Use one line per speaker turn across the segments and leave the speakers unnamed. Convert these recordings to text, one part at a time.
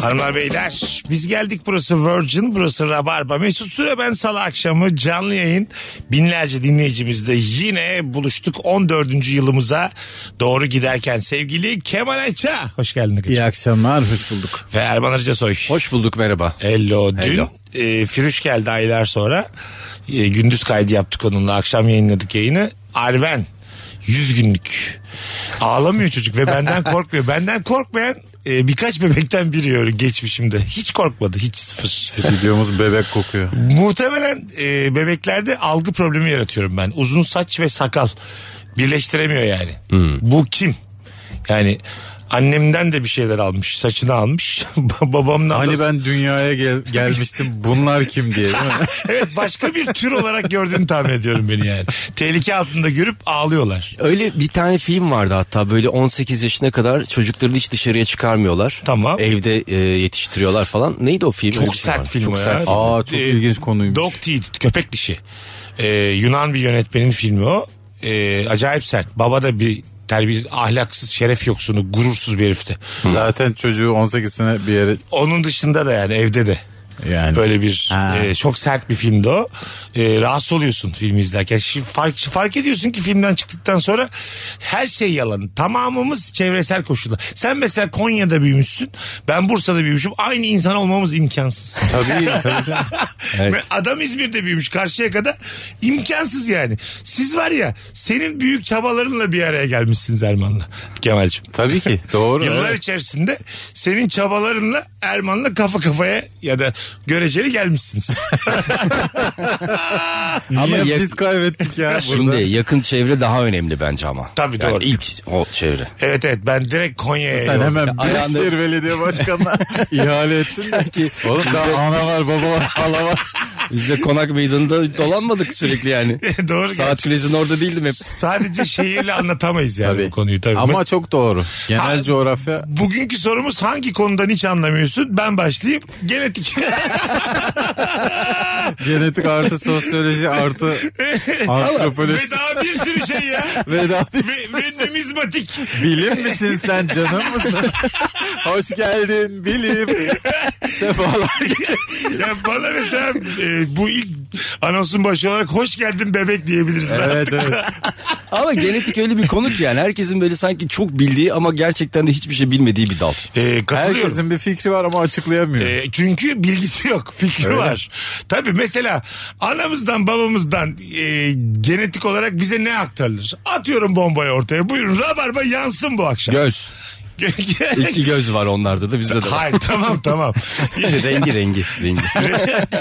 Hanımlar beyler biz geldik burası Virgin burası Rabarba Mesut Süre ben salı akşamı canlı yayın binlerce dinleyicimizle yine buluştuk 14. yılımıza doğru giderken sevgili Kemal Ayça hoş geldin.
İyi akşamlar, hoş bulduk.
Ve Erman Arıca Soy.
Hoş bulduk merhaba.
Hello. Dün
Hello.
e, Firuş geldi aylar sonra. E, gündüz kaydı yaptık onunla. Akşam yayınladık yayını. Arven. 100 günlük. Ağlamıyor çocuk ve benden korkmuyor. Benden korkmayan e, birkaç bebekten biri öyle geçmişimde. Hiç korkmadı. Hiç sıfır.
Stüdyomuz bebek kokuyor.
Muhtemelen e, bebeklerde algı problemi yaratıyorum ben. Uzun saç ve sakal birleştiremiyor yani.
Hmm.
Bu kim? Yani annemden de bir şeyler almış. Saçını almış. Babamdan da
Hani ben dünyaya gel- gelmiştim bunlar kim diye değil mi?
Evet başka bir tür olarak gördüğünü tahmin ediyorum beni yani. Tehlike altında görüp ağlıyorlar.
Öyle bir tane film vardı hatta böyle 18 yaşına kadar çocukları hiç dışarıya çıkarmıyorlar.
Tamam.
Evde e, yetiştiriyorlar falan. Neydi o film? Öyle
Çok
bir şey
sert
var.
film o
Çok
ya.
sert.
Aa, çok ilginç konuymuş.
Dog Teeth, köpek dişi. Ee, Yunan bir yönetmenin filmi o. Ee, acayip sert. Baba da bir terbiye ahlaksız, şeref yoksunu, gurursuz bir herifti.
Hmm. Zaten çocuğu 18 sene bir yere
Onun dışında da yani evde de.
yani.
Böyle bir
Ha.
e, çok sert bir filmdi o. E, rahatsız oluyorsun filmi izlerken. Şimdi fark, fark ediyorsun ki filmden çıktıktan sonra her şey yalan. Tamamımız çevresel koşullar. Sen mesela Konya'da büyümüşsün. Ben Bursa'da büyümüşüm. Aynı insan olmamız imkansız.
Tabii tabii canım. Evet.
Ve Adam İzmir'de büyümüş karşıya kadar imkansız yani. Siz var ya senin büyük çabalarınla bir araya gelmişsiniz Erman'la Kemal'cim.
Tabii ki doğru.
Yıllar
evet.
içerisinde senin çabalarınla Erman'la kafa kafaya ya da göreceli gelmişsiniz.
Ama
yak-
biz kaybettik ya burada.
Şimdi yakın çevre daha önemli bence ama.
Tabii,
yani
doğru.
ilk o çevre.
evet evet ben direkt Konya'ya
Sen
yolluyorum.
hemen
ayağında-
Büyükşehir Belediye Başkanı'na ihale etsin de. Oğlum daha ana var baba var hala var.
Biz de konak meydanında dolanmadık sürekli yani.
Doğru
Saat
gerçi.
kulesinin orada değildim hep.
Sadece şehirle anlatamayız yani
Tabii.
bu konuyu tabii.
Ama
Mes-
çok doğru. Genel
Ha-
coğrafya
Bugünkü sorumuz hangi konudan hiç anlamıyorsun? Ben başlayayım. Genetik.
genetik artı sosyoloji artı antropoloji
Ve daha bir sürü şey ya.
ve daha
Ve, ve numizmatik.
Bilim misin sen canım mısın? Hoş geldin bilim. Sefalar getirdin.
Ya bana mesela e, bu ilk anonsun başı olarak hoş geldin bebek diyebiliriz.
Evet evet.
Ama genetik öyle bir konu ki yani herkesin böyle sanki çok bildiği ama gerçekten de hiçbir şey bilmediği bir dal.
E, katılıyorum.
Herkesin bir fikri var ama açıklayamıyor.
E, çünkü bilgisi yok, fikri
Öyle.
var. Tabii mesela anamızdan babamızdan e, genetik olarak bize ne aktarılır? Atıyorum bombayı ortaya. Buyurun rabarba yansın bu akşam.
Göz. İki göz var onlarda da bizde de var.
Hayır tamam tamam.
rengi rengi rengi.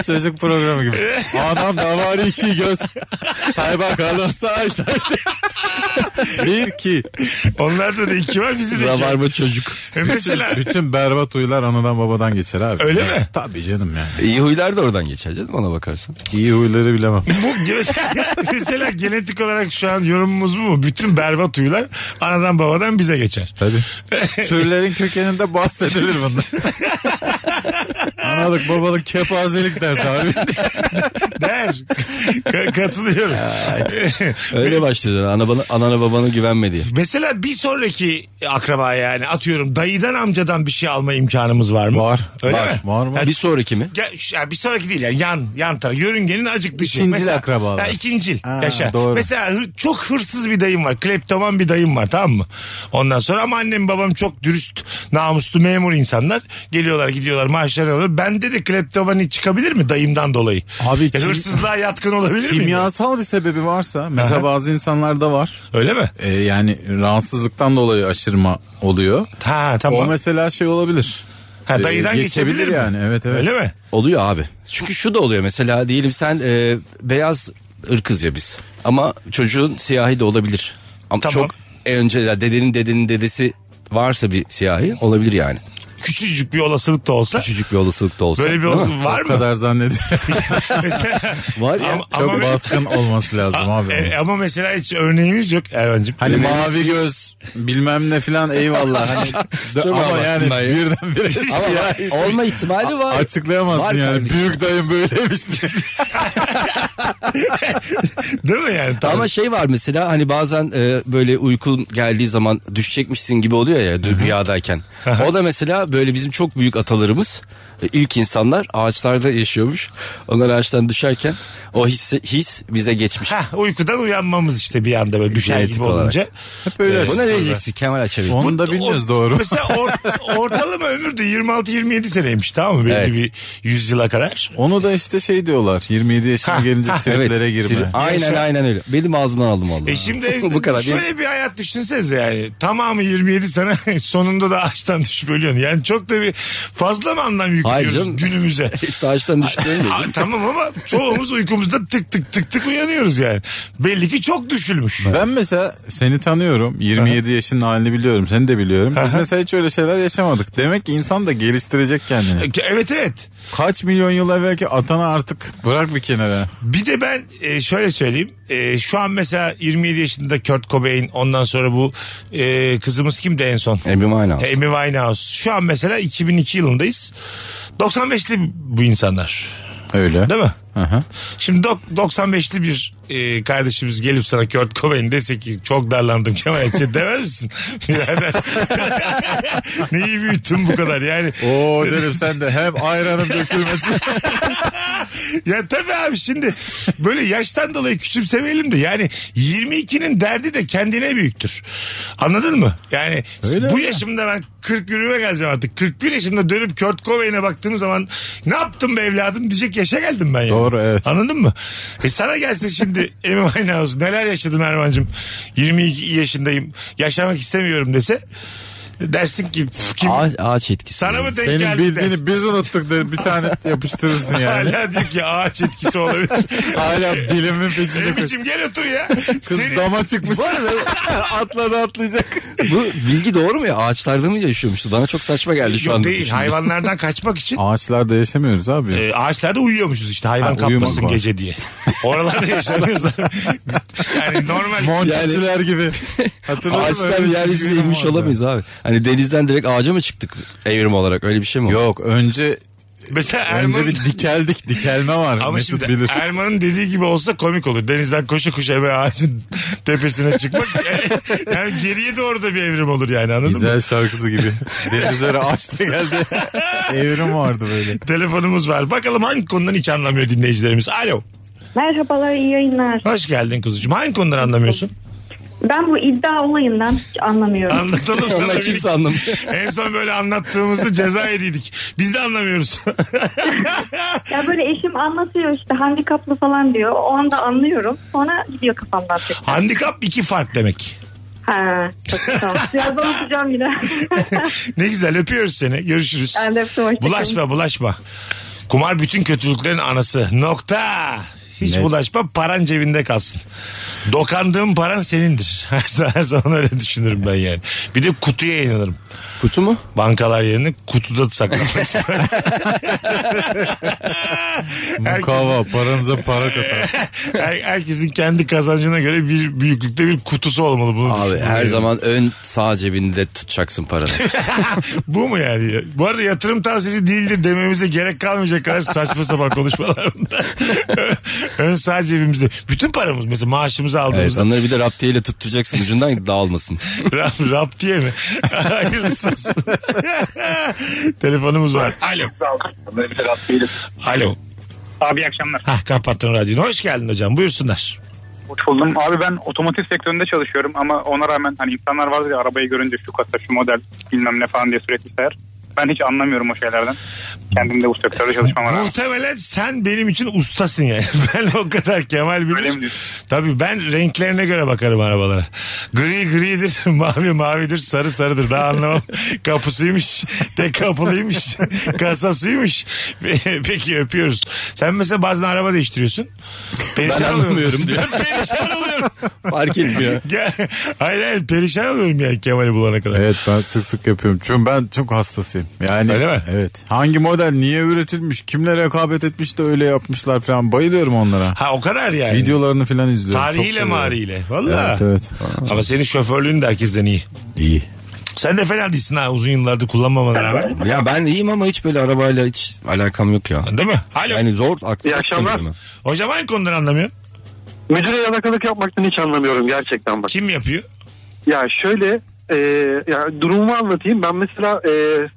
Çocuk programı gibi. Adam da var iki göz. Say bakalım say say. bir iki.
Onlarda da iki var bizde de iki var.
Rabarba çocuk.
E, mesela
Bütün berbat huylar anadan babadan geçer abi.
Öyle mi?
Tabii canım yani.
İyi huylar da oradan geçer canım ona bakarsan.
İyi huyları bilemem.
bu mesela, mesela genetik olarak şu an yorumumuz bu mu? Bütün berbat huylar anadan babadan bize geçer.
Tabii. Türlerin kökeninde bahsedilir bunlar. Analık babalık kepazelik der tabii.
Der. Ka- katılıyorum.
Öyle başlıyor zaten. Ana bana, anana babana güvenme diye.
Mesela bir sonraki akraba yani atıyorum dayıdan amcadan bir şey alma imkanımız var mı?
Var.
Öyle
Var,
mi?
var, var.
Yani
Bir sonraki mi?
Ya, şu- ya bir sonraki değil yani yan yan taraf yörüngenin acık dışı.
İkincil akrabalar.
Ha, ikincil.
Ha,
Yaşa.
doğru.
Mesela hır- çok hırsız bir dayım var. Kleptoman bir dayım var tamam mı? Ondan sonra ama annem babam çok dürüst, namuslu, memur insanlar. Geliyorlar gidiyorlar maaşları alıyor. Bende de kleptomani çıkabilir mi dayımdan dolayı?
Abi
Ya
kim-
hırsızlığa yatkın olabilir miyim?
Kimyasal bir sebebi varsa mesela
Aha.
bazı insanlarda var.
Öyle mi?
E,
Ee, yani rahatsızlıktan dolayı aşırma oluyor.
Ha
O
tamam.
mesela şey olabilir.
Ha, dayıdan
E,
Ee,
geçebilir, mi?
yani. Evet evet.
Öyle mi?
Oluyor abi. Çünkü şu da oluyor mesela diyelim sen e, beyaz ırkız ya biz. Ama çocuğun siyahi de olabilir. Ama
Tamam.
çok önce ya dedenin dedenin dedesi varsa bir siyahi olabilir yani.
küçücük bir olasılık da olsa
Küçücük bir olasılık da olsa.
böyle bir olasılık var
o
mı?
kadar zannediyorum.
Mesela-
Var ya.
Ama-
Çok
ama-
baskın olması lazım abi. onun.
E, ama mesela hiç örneğimiz yok Ervan'cığım.
Hani mavi göz bilmem ne filan eyvallah. Hani, ama
abarttın
yani
dayı.
birden bire
Ama var- olma ihtimali var.
açıklayamazsın
Var
yani.
kardeşim.
Büyük dayım böyleymiş diye.
Değil mi yani? Tamam.
Ama şey var mesela hani bazen e, böyle uykun geldiği zaman düşecekmişsin gibi oluyor ya dü- rüyadayken. o da mesela böyle bizim çok büyük atalarımız e, ilk insanlar ağaçlarda yaşıyormuş. Onlar ağaçtan düşerken o his, his bize geçmiş.
Hah, uykudan uyanmamız işte bir anda böyle düşer
Genetik
gibi
olarak.
olunca.
Hep öyle.
Buna ne diyeceksin Kemal Açabil?
Onu da
Bu-
bilmiyoruz
o-
doğru.
Mesela or- ortalama ömür de 26-27 seneymiş tamam mı? Belli
Evet.
bir 100 yıla kadar.
Onu da işte şey diyorlar 27 yaşına gelince triplere girme.
Tri- Aynen
Yaşa.
aynen öyle. Benim ağzımdan aldım vallahi.
E şimdi
bu kadar.
şöyle bir hayat düşünsenize yani. Tamamı 27 sene sonunda da ağaçtan düşüp ölüyorsun. Yani çok da bir fazla mı anlam
Hayır
yüklüyoruz
canım.
günümüze?
Hepsi ağaçtan düşmüyor mu?
Aa, tamam ama çoğumuz uykumuzda tık tık tık tık uyanıyoruz yani. Belli ki çok düşülmüş.
Ben mesela seni tanıyorum. 27 yaşının halini biliyorum. Seni de biliyorum. Biz
Aha.
mesela hiç öyle şeyler yaşamadık. Demek ki insan da geliştirecek kendini.
Evet evet.
Kaç milyon yıl evvelki atana artık bırak bir kenara.
Bir de ben e, şöyle söyleyeyim. E, şu an mesela 27 yaşında Kurt Cobain ondan sonra bu e, kızımız kimdi en son? E,
Emrim aynen.
Amy Winehouse. Şu an mesela 2002 yılındayız. 95'li bu insanlar.
Öyle.
Değil mi?
Aha.
Şimdi dok- 95'li bir e, kardeşimiz gelip sana Kurt Cobain dese ki çok darlandım Kemal Ayça demez misin? Birader. Neyi büyüttün bu kadar yani.
Oo derim sen de hem ayranım dökülmesin.
Ya tabii abi şimdi böyle yaştan dolayı küçümsemeyelim de yani 22'nin derdi de kendine büyüktür. Anladın mı? Yani
Öyle
bu
öyle.
yaşımda ben 40 yürüme geleceğim artık. 41 yaşımda dönüp Kurt Cobain'e baktığım zaman ne yaptım be evladım diyecek yaşa geldim ben yani.
Doğru, evet.
Anladın mı? E sana gelsin şimdi Amy Winehouse neler yaşadım Erman'cığım 22 yaşındayım yaşamak istemiyorum dese dersin ki "Pf, kim
Ağaç, ağaç etkisi.
sana mı denk
Senin
geldi dersin.
bildiğini biz unuttuk derim. Bir tane yapıştırırsın yani.
Hala diyor ki ağaç etkisi olabilir.
Hala bilimin peşinde koş.
Emicim gel otur ya.
Kız
Seni-
dama çıkmış. Atladı atlayacak.
Bu bilgi doğru mu ya? Ağaçlarda mı yaşıyormuştu? Bana çok saçma geldi şu
Yok
anda.
değil
düşündüm.
hayvanlardan kaçmak için
Ağaçlarda yaşamıyoruz abi.
e, ağaçlarda uyuyormuşuz işte hayvan
Ha, uyumak
kapmasın
var.
gece diye. Oralarda yaşamıyoruz. yani normal.
Monticiler gibi. Hatırladın mı?
Ağaçtan
Öyle
bir
bir şey
yeryüzüne
çizgi film
inmiş
vardı.
olamayız abi. Hani denizden direkt ağaca mı çıktık evrim olarak öyle bir şey mi?
Yok önce
Mesela
önce
Erman,
bir dikeldik dikelme var.
ama
Mesut
şimdi
bilir.
Erman'ın dediği gibi olsa komik olur. Denizden koşa koşa bir ağacın tepesine çıkmak. yani geriye doğru da bir evrim olur yani anladın mı?
Güzel şarkısı gibi. Denizlere ağaçta geldi. Evrim vardı böyle.
Telefonumuz var. Bakalım hangi konudan hiç anlamıyor dinleyicilerimiz. Alo.
Merhabalar, iyi yayınlar.
Hoş geldin kuzucuğum. Hangi konudan anlamıyorsun?
Ben bu iddia olayından hiç anlamıyorum.
Anlatalım sana.
Onlar
bir- şey.
kimse anlamıyor.
En son böyle anlattığımızda ceza yediydik. Biz de anlamıyoruz.
ya böyle eşim anlatıyor işte handikaplı falan diyor. O anda anlıyorum. Sonra gidiyor kafamdan tekrar.
Handikap iki fark demek.
Ha, çok güzel. Birazdan okuyacağım yine.
Ne güzel öpüyoruz seni. Görüşürüz.
ben de öptüm, hoşçakalın.
Bulaşma bulaşma. Kumar bütün kötülüklerin anası. Nokta. Hiç bulaşma paran cebinde kalsın. Dokandığın paran senindir. Her zaman, her zaman öyle düşünürüm ben yani. Bir de kutuya inanırım.
Kutu mu?
Bankalar yerine kutuda saklamak.
Mukava paranıza para katar.
Her- herkesin kendi kazancına göre bir büyüklükte bir kutusu olmalı. Bunu
Abi
düşünüyorum.
her zaman ön sağ cebinde tutacaksın paranı.
Bu mu yani? Bu arada yatırım tavsiyesi değildir dememize gerek kalmayacak kadar saçma sapan konuşmalar bunlar. Ön sağ cebimizde. Bütün paramız mesela maaşımızı
evet,
aldığımızda.
onları bir de raptiyeyle tutturacaksın ucundan dağılmasın.
rap, rap diye mi? Hayırlısı olsun. Telefonumuz var. Alo. Alo.
Abi iyi akşamlar.
Hah kapattın radyonu. Hoş geldin hocam. Buyursunlar.
Hoş buldum. Abi ben otomotiv sektöründe çalışıyorum ama ona rağmen hani insanlar var ya arabayı görünce şu kasa şu model bilmem ne falan diye sürekli sayar. Ben hiç anlamıyorum o şeylerden. Kendim de bu sektörde çalışmama rağmen.
Muhtemelen sen benim için ustasın yani. Ben o kadar Kemal
Öyle mi
bilir.
diyorsun?
Tabii ben renklerine göre bakarım arabalara. Gri gridir, mavi mavidir, sarı sarıdır. Daha anlamam. Kapısıymış, tek kapılıymış, kasasıymış. Peki öpüyoruz. Sen mesela bazen araba değiştiriyorsun. Perişan oluyorum.
anlamıyorum diyor.
Ben perişan oluyorum.
Fark etmiyor.
Ya, hayır hayır perişan oluyorum yani Kemal'i bulana kadar.
Evet ben sık sık yapıyorum. Çünkü ben çok hastasıyım. eminim. Yani
Öyle mi?
Evet. Hangi model niye üretilmiş? Kimle rekabet etmiş de öyle yapmışlar falan. Bayılıyorum onlara.
Ha o kadar yani.
Videolarını falan izliyorum. Çok
Tarihiyle
seviyorum.
mariyle. Valla.
Evet evet.
Ama senin şoförlüğün de herkesten iyi.
İyi.
Sen de fena değilsin ha uzun yıllardır kullanmamana rağmen.
Ya ben iyiyim ama hiç böyle arabayla hiç alakam yok ya.
Değil mi? Alo.
Yani zor aklım.
İyi akşamlar.
tutmuyor
Hocam hangi konudan anlamıyorsun?
Müdüre yalakalık yapmaktan hiç anlamıyorum gerçekten bak.
Kim yapıyor?
Ya şöyle e, ya durumu anlatayım. Ben mesela e,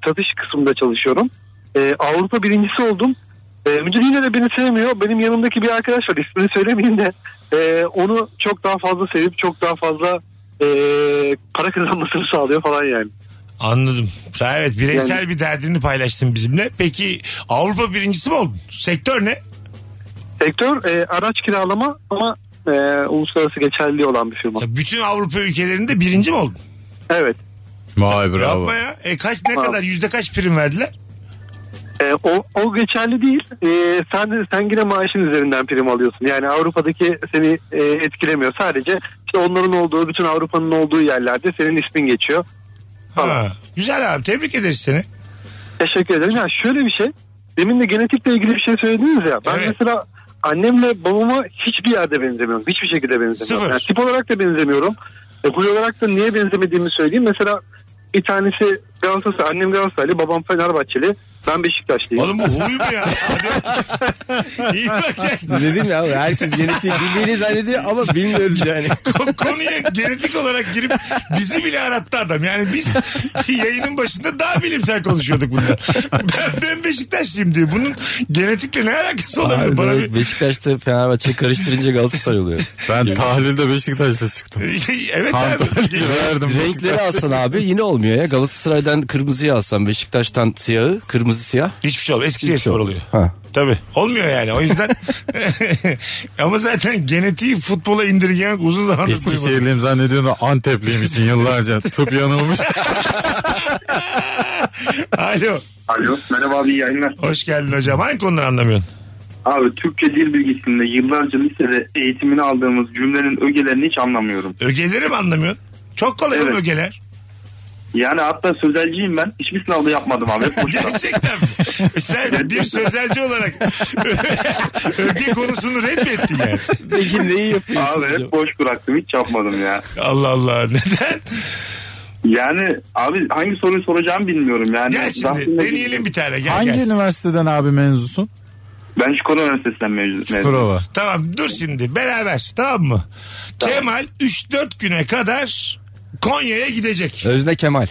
satış kısmında çalışıyorum. E, Avrupa birincisi oldum. E, müdür yine de beni sevmiyor. Benim yanımdaki bir arkadaş var ismini söylemeyeyim de e, onu çok daha fazla sevip çok daha fazla e, para kazanmasını sağlıyor falan yani.
Anladım. Sen Evet bireysel bir derdini paylaştın bizimle. Peki Avrupa birincisi mi oldun? Sektör ne?
Sektör e, araç kiralama ama e, uluslararası geçerli olan bir firma.
Ya bütün Avrupa ülkelerinde birinci mi oldun?
Evet.
Vay bravo.
Yapma ya. E kaç ne
Bravo.
kadar yüzde kaç prim verdiler?
E, o, o geçerli değil. E, sen sen yine maaşın üzerinden prim alıyorsun. Yani Avrupa'daki seni e, etkilemiyor. Sadece işte onların olduğu, bütün Avrupa'nın olduğu yerlerde senin ismin geçiyor.
Ha. Güzel abi tebrik ederiz seni.
Teşekkür ederim. Ya şöyle bir şey. Demin de genetikle ilgili bir şey söylediniz ya. Ben
Evet.
mesela annemle babama hiçbir yerde benzemiyorum. Hiçbir şekilde
Sıfır.
benzemiyorum. Yani tip olarak da benzemiyorum. E, huy olarak da niye benzemediğimi söyleyeyim. Mesela bir tanesi Galatasaray, annem Galatasaraylı, babam Fenerbahçeli. Ben Beşiktaşlıyım.
Oğlum bu huy mu ya? Hadi. İyi bak ya.
ama. Dedim ya herkes genetik bildiğini zannediyor ama bilmiyoruz yani.
Ko- konuya genetik olarak girip bizi bile arattı adam. Yani biz yayının başında daha bilimsel konuşuyorduk bunda. Ben, ben Beşiktaşlıyım diyor. Bunun genetikle ne alakası olabilir?
Abi
Bana
böyle Beşiktaş'ta Fenerbahçe'yi karıştırınca Galatasaray oluyor.
Ben tahlilde Beşiktaş'ta çıktım.
bir... Şey, evet abi.
Verdim
Renkleri alsan abi yine olmuyor ya. Galatasaray'dan kırmızıyı alsan Beşiktaş'tan siyahı kırmızı siyah.
Hiçbir şey olmuyor. Eskişehir
Hiçbir şey
spor
olmuyor.
oluyor.
Ha.
Tabii. Olmuyor yani. O yüzden ama zaten genetiği futbola indirgemek uzun zamandır duymadım.
Eskişehirliyim zannediyorsun Antepliymişsin yıllarca. Tıp yanılmış.
Alo.
Alo merhaba abi iyi yayınlar.
Hoş geldin hocam. Hangi konuları anlamıyorsun?
Abi Türkçe dil bilgisinde yıllarca lisede eğitimini aldığımız cümlenin ögelerini hiç anlamıyorum.
Ögeleri mi anlamıyorsun? Çok kolay oğlum
Evet.
ögeler.
Yani hatta sözelciyim ben. Hiçbir sınavda yapmadım abi. Hep boşuna.
Gerçekten mi? E Sen bir sözelci olarak öge konusunu reddettin yani.
Peki neyi yapıyorsun?
abi hep boş bıraktım. Hiç yapmadım ya.
Allah Allah. Neden?
Yani abi hangi soruyu soracağımı bilmiyorum. Yani
Gel şimdi
Zaten-
deneyelim bir tane. Gel
Hangi
gel.
üniversiteden abi menzusun?
Ben Çukurova Üniversitesi'nden mezun.
Kurova.
Tamam dur şimdi beraber tamam mı? Kemal 3-4 güne kadar Konya'ya gidecek.
Özne Kemal.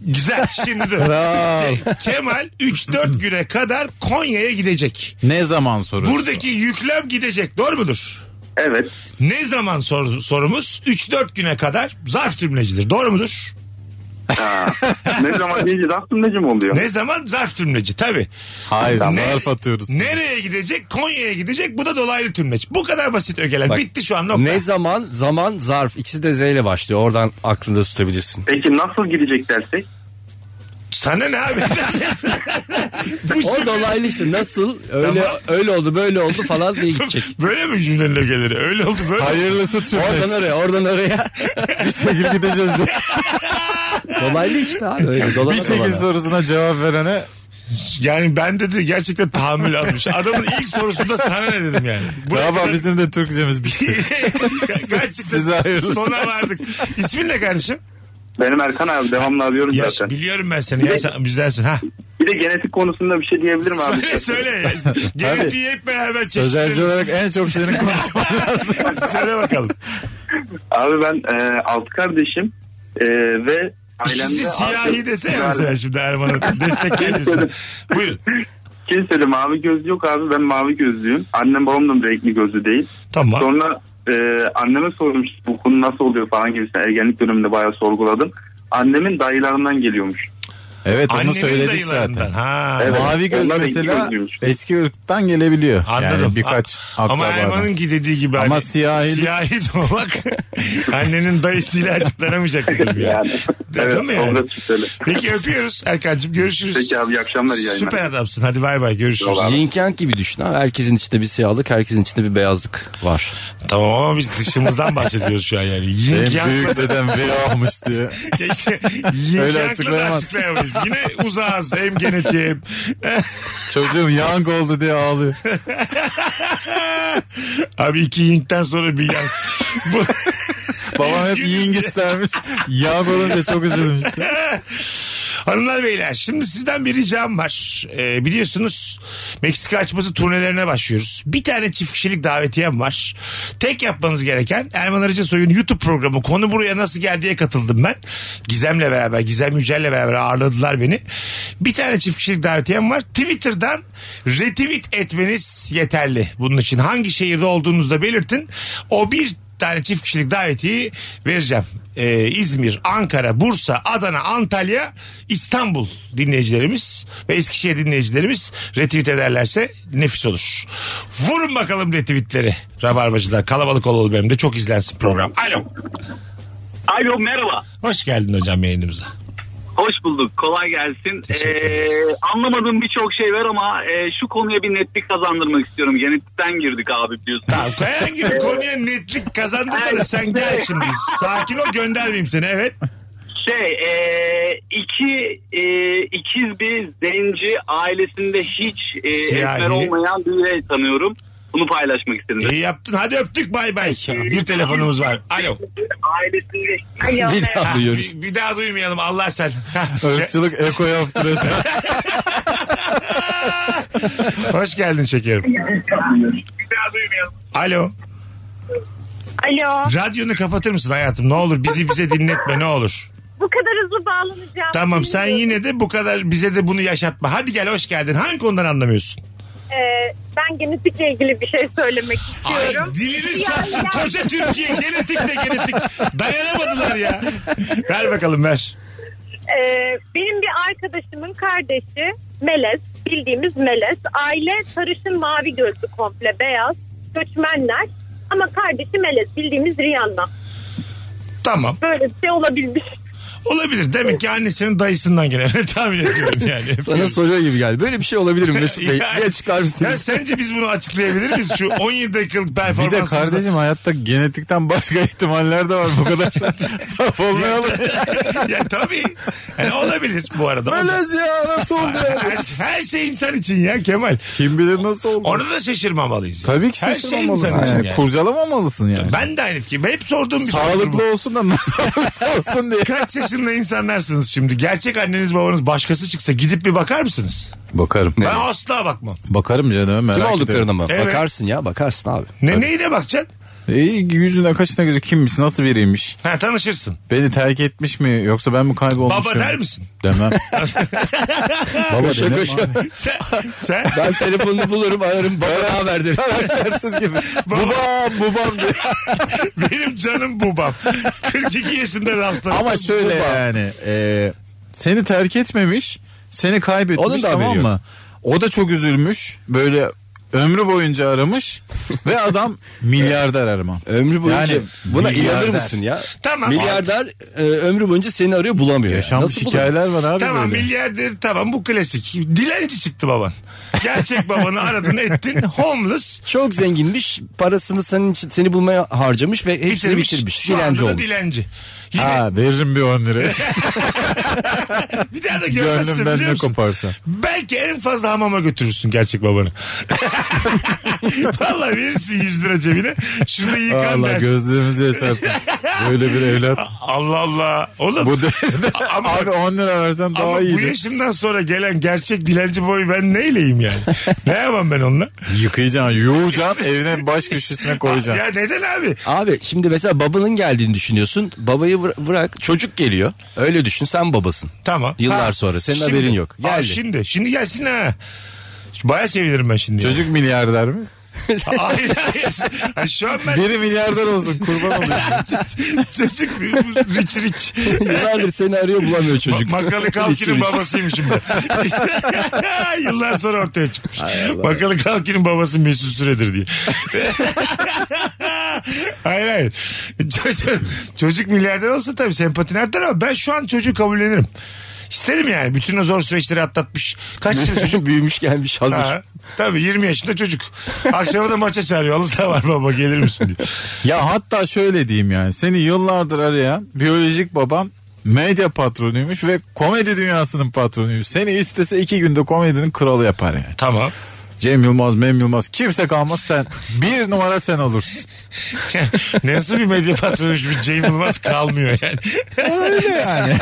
Güzel şimdi dur. Ke- Kemal 3-4 güne kadar Konya'ya gidecek.
Ne zaman soruyorsun?
Buradaki yüklem gidecek doğru mudur?
Evet.
Ne zaman sor- sorumuz? 3-4 güne kadar zarf cümlecidir doğru mudur?
Ha. ne zaman deyince de aklımdacım oluyor.
Ne zaman zarf cümleci tabii.
Hayır
Ne-
zarf atıyoruz.
Nereye gidecek? Konya'ya gidecek. Bu da dolaylı tümleç. Bu kadar basit ögeler.
Bak,
Bitti şu an nokta.
Ne zaman zaman zarf ikisi de Z ile başlıyor. Oradan aklında tutabilirsin.
Peki nasıl gidecek dersek?
Sana ne abi? Bu
O
cümle-
dolaylı işte nasıl öyle
Tamam.
öyle oldu böyle oldu falan diye gidecek.
Böyle mi cümlenin ögeleri? Öyle oldu böyle.
Hayırlısı
Oradan
tümleç.
oraya oradan oraya.
Bir şekil gideceğiz diye.
dolaylı işte abi öyle dolana
Bir şekil
dolana.
sorusuna cevap verene
Yani ben dedi gerçekten tahammül almış. Adamın ilk sorusunda sana ne dedim yani. Buraya
Baba
kadar-
bizim de Türkçemiz bitti.
Gerçekten
Size hayırlı
sona vardık. İsmin ne kardeşim?
Benim Erkan abi devamlı arıyorum
Ya,
zaten.
biliyorum ben seni. Ya, sen, bizdensin. Ha.
Bir de genetik konusunda bir şey diyebilirim abi.
Söyle söyle. Genetiği hep beraber
Özelci
çekiştirelim.
olarak en çok senin konuşman lazım.
söyle bakalım.
Abi ben e, alt kardeşim e, ve ailemde
İkisi siyahi
artık-
desene
Yani
mesela şimdi Erman'a destekleyici sana. Buyur.
Kim söyledi mavi gözlü yok abi ben mavi gözlüyüm. Annem babam da renkli gözlü değil.
Tamam.
Sonra e, anneme sormuş bu konu nasıl oluyor falan gibisinden ergenlik döneminde bayağı sorguladım. Annemin dayılarından geliyormuş.
Evet onu
Annenin
söyledik
dayılarından.
zaten.
Ha.
Evet.
Mavi göz
Onlar
mesela
eski gözlüymüş.
eski ırktan gelebiliyor.
Anladım.
Yani birkaç
A- Ama
akrabadan.
Erman'ın ki dediği gibi.
Ama
hani
siyahi-
Siyahi doğmak annenin dayısıyla açıklanamayacak bir durum yani.
Yani.
Değil
Evet,
mi yani?
onları şüpheli.
Peki öpüyoruz Erkan'cığım görüşürüz.
Peki abi iyi akşamlar iyi yayınlar.
Süper adamsın hadi bay bay görüşürüz.
Yin yang gibi düşün abi. Herkesin içinde bir siyahlık, herkesin içinde bir beyazlık var.
Tamam ama biz dışımızdan bahsediyoruz şu an yani. Yin
Benim
yang
büyük dedem V almış diye.
Ya işte yin
Öyle
yangla da
açıklayamaz.
açıklayamayız. Yine uzağız hem genetiği hem.
Çocuğum yang oldu diye ağlıyor.
Abi iki yinkten sonra bir yang. Bu...
Babam hep
Üzgünüm
ying istermiş. Yang olunca çok üzülmüş.
Hanımlar beyler şimdi sizden bir ricam var. Ee, biliyorsunuz Meksika açması turnelerine başlıyoruz. Bir tane çift kişilik davetiyem var. Tek yapmanız gereken Erman Arıca Soy'un YouTube programı Konu Buraya Nasıl Geldi'ye katıldım ben. Gizem'le beraber Gizem Yücel'le beraber ağırladılar beni. Bir tane çift kişilik davetiyem var. Twitter'dan retweet etmeniz yeterli. Bunun için hangi şehirde olduğunuzu da belirtin. O bir tane çift kişilik davetiyi vereceğim. Ee, İzmir, Ankara, Bursa, Adana, Antalya, İstanbul dinleyicilerimiz ve Eskişehir dinleyicilerimiz retweet ederlerse nefis olur. Vurun bakalım retweetleri. Rabarbacılar kalabalık olalım hem de çok izlensin program. Alo.
Alo merhaba.
Hoş geldin hocam yayınımıza.
Hoş bulduk. Kolay gelsin.
Teşekkür
Ee,
ederiz.
anlamadığım birçok şey var ama e, şu konuya bir netlik kazandırmak istiyorum. Genetikten girdik abi biliyorsun.
Tamam herhangi bir konuya netlik kazandın da sen gel şimdi. Sakin ol göndermeyeyim seni evet.
Şey e, iki e, ikiz bir zenci ailesinde hiç e,
Siyahi.
esmer olmayan bir birey tanıyorum. Bunu paylaşmak istedim.
İyi yaptın hadi öptük bay bay. Bir telefonumuz var. Alo.
Ailesinde
Alo.
Bir daha duyuyoruz.
Bir, bir daha duymayalım Allah sen.
Irkçılık eko yaptı resmen.
Hoş geldin şekerim. Alo.
Alo.
Radyonu kapatır mısın hayatım? Ne olur bizi bize dinletme ne olur.
Bu kadar hızlı bağlanacağım.
Tamam sen
Bilmiyorum.
yine de bu kadar bize de bunu yaşatma. Hadi gel hoş geldin. Hangi konudan anlamıyorsun?
Ee, ben genetikle ilgili bir şey söylemek
Ay,
istiyorum.
diliniz
Yani
kopsun.
ben-
Koca Türkiye genetik de genetik. Dayanamadılar ya. Ver bakalım ver.
Ee, benim bir arkadaşımın kardeşi melez, bildiğimiz melez. Aile sarışın mavi gözlü komple beyaz, göçmenler. Ama kardeşi melez, bildiğimiz Rihanna.
Tamam.
Böyle bir şey olabilmiş.
Olabilir. Demek ki annesinin dayısından gelen. Tahmin ediyorum yani.
Sana soruyor gibi geldi. Böyle bir şey olabilir mi Mesut Bey? Bir açıklar
Ya
mısınız?
sence biz bunu açıklayabilir miyiz? Şu 17 dakikalık
Bir de
performansımızda.
kardeşim hayatta genetikten başka ihtimaller de var bu kadar. Saf olmayalım.
ya tabii. Yani olabilir bu arada. O da-
Melez ya nasıl oldu ya?
her, her şey insan için ya Kemal.
Kim bilir nasıl oldu.
Orada da şaşırmamalıyız. yani.
Tabii ki
Her şey insan
şaşırmamalısın
için
yani.
yani.
Kurcalamamalısın yani.
Ben de aynı fikrim. Hep sorduğum bir sorudur bu.
Sağlıklı olsun da sağlıklı olsun diye.
Kaç yaşında insanlarsınız şimdi? Gerçek anneniz babanız başkası çıksa gidip bir bakar mısınız?
Bakarım.
Ben asla bakmam.
Bakarım canım merak
Kim olduklarına mı?
Evet.
Bakarsın ya bakarsın abi.
Ne, neyine bakacaksın?
E, yüzüne kaçına göre kimmiş nasıl biriymiş?
Ha tanışırsın.
Beni terk etmiş mi yoksa ben mi kaybolmuşum?
Baba der misin?
Demem. Baba
Koşa
demem
koşa.
abi.
Sen, sen
Ben telefonunu bulurum ararım. Baba ne haber derim.
Karaktersiz gibi.
Baba.
babam babam diye.
benim canım babam. 42 yaşında rastladım.
Ama şöyle yani e, seni terk etmemiş seni kaybetmiş
Onun da
tamam
haberi
mı? O da çok üzülmüş böyle ömrü boyunca aramış ve adam milyarder Erman.
Ömrü boyunca
Yani
buna
milyarder.
inanır mısın ya?
Tamam.
Milyarder e, ömrü boyunca seni arıyor bulamıyor.
Yaşanmış
Nasıl bulur?
hikayeler var abi
Tamam
böyle.
milyarder tamam bu klasik. Dilenci çıktı baban. Gerçek babanı aradın ettin. Homeless.
Çok zenginmiş. Parasını senin için seni bulmaya harcamış ve hepsini
bitirmiş.
bitirmiş.
Şu
Dilenci
anda da
olmuş.
dilenci. Yine
Ha veririm bir 10 lira.
bir daha da görmezsin
Gönlümden
biliyor
ne
musun?
koparsa.
Belki en fazla hamama götürürsün gerçek babanı. Valla verirsin 100 lira cebine. Şurada yıkan
Allah
dersin.
gözlerimizi yaşarttı. Böyle bir evlat.
Allah Allah. Oğlum.
Bu de,
Ama-
abi 10 lira versen
Ama
daha
bu
iyiydi.
yaşımdan sonra gelen gerçek dilenci boyu ben neyleyim yani? ne yapayım ben onunla?
Yıkayacaksın, yuvacaksın, evine baş köşesine koyacaksın.
Ya neden abi?
Abi şimdi mesela babanın geldiğini düşünüyorsun. Babayı bıra- bırak. Çocuk geliyor. Öyle düşün sen babasın.
Tamam.
Yıllar
Ha,
sonra, senin haberin yok.
Aa,
Geldi.
şimdi. Şimdi gelsin ha. Baya sevinirim ben şimdi.
Çocuk milyarder mi?
yani. hayır hayır. Ha, Şu an ben
Biri milyarder olsun kurban olayım.
çocuk rich rich.
Yıllardır seni arıyor bulamıyor çocuk.
Ma- Makalı Kalkin'in
Rich, rich.
babasıymışım ben. Yıllar sonra ortaya çıkmış. Makalı Kalkin'in babası Mesut Süredir diye. hayır hayır. Çocuk, çocuk milyarder olsa tabii sempatin artar ama ben şu an çocuğu kabullenirim. İsterim yani. Bütün o zor süreçleri atlatmış. Kaç yaşında çocuk?
Büyümüş gelmiş hazır.
Ha, tabii 20 yaşında çocuk. Akşama da maça çağırıyor. Halı saha var baba gelir misin diye.
Ya hatta şöyle diyeyim yani seni yıllardır arayan biyolojik babam medya patronuymuş ve komedi dünyasının patronuymuş. Seni istese iki günde komedinin kralı yapar yani.
Tamam.
Cem Yılmaz, Mem Yılmaz kimse kalmaz sen. Bir numara sen olursun.
Nasıl bir medya patronuymuş bir Cem Yılmaz kalmıyor yani.
Öyle yani.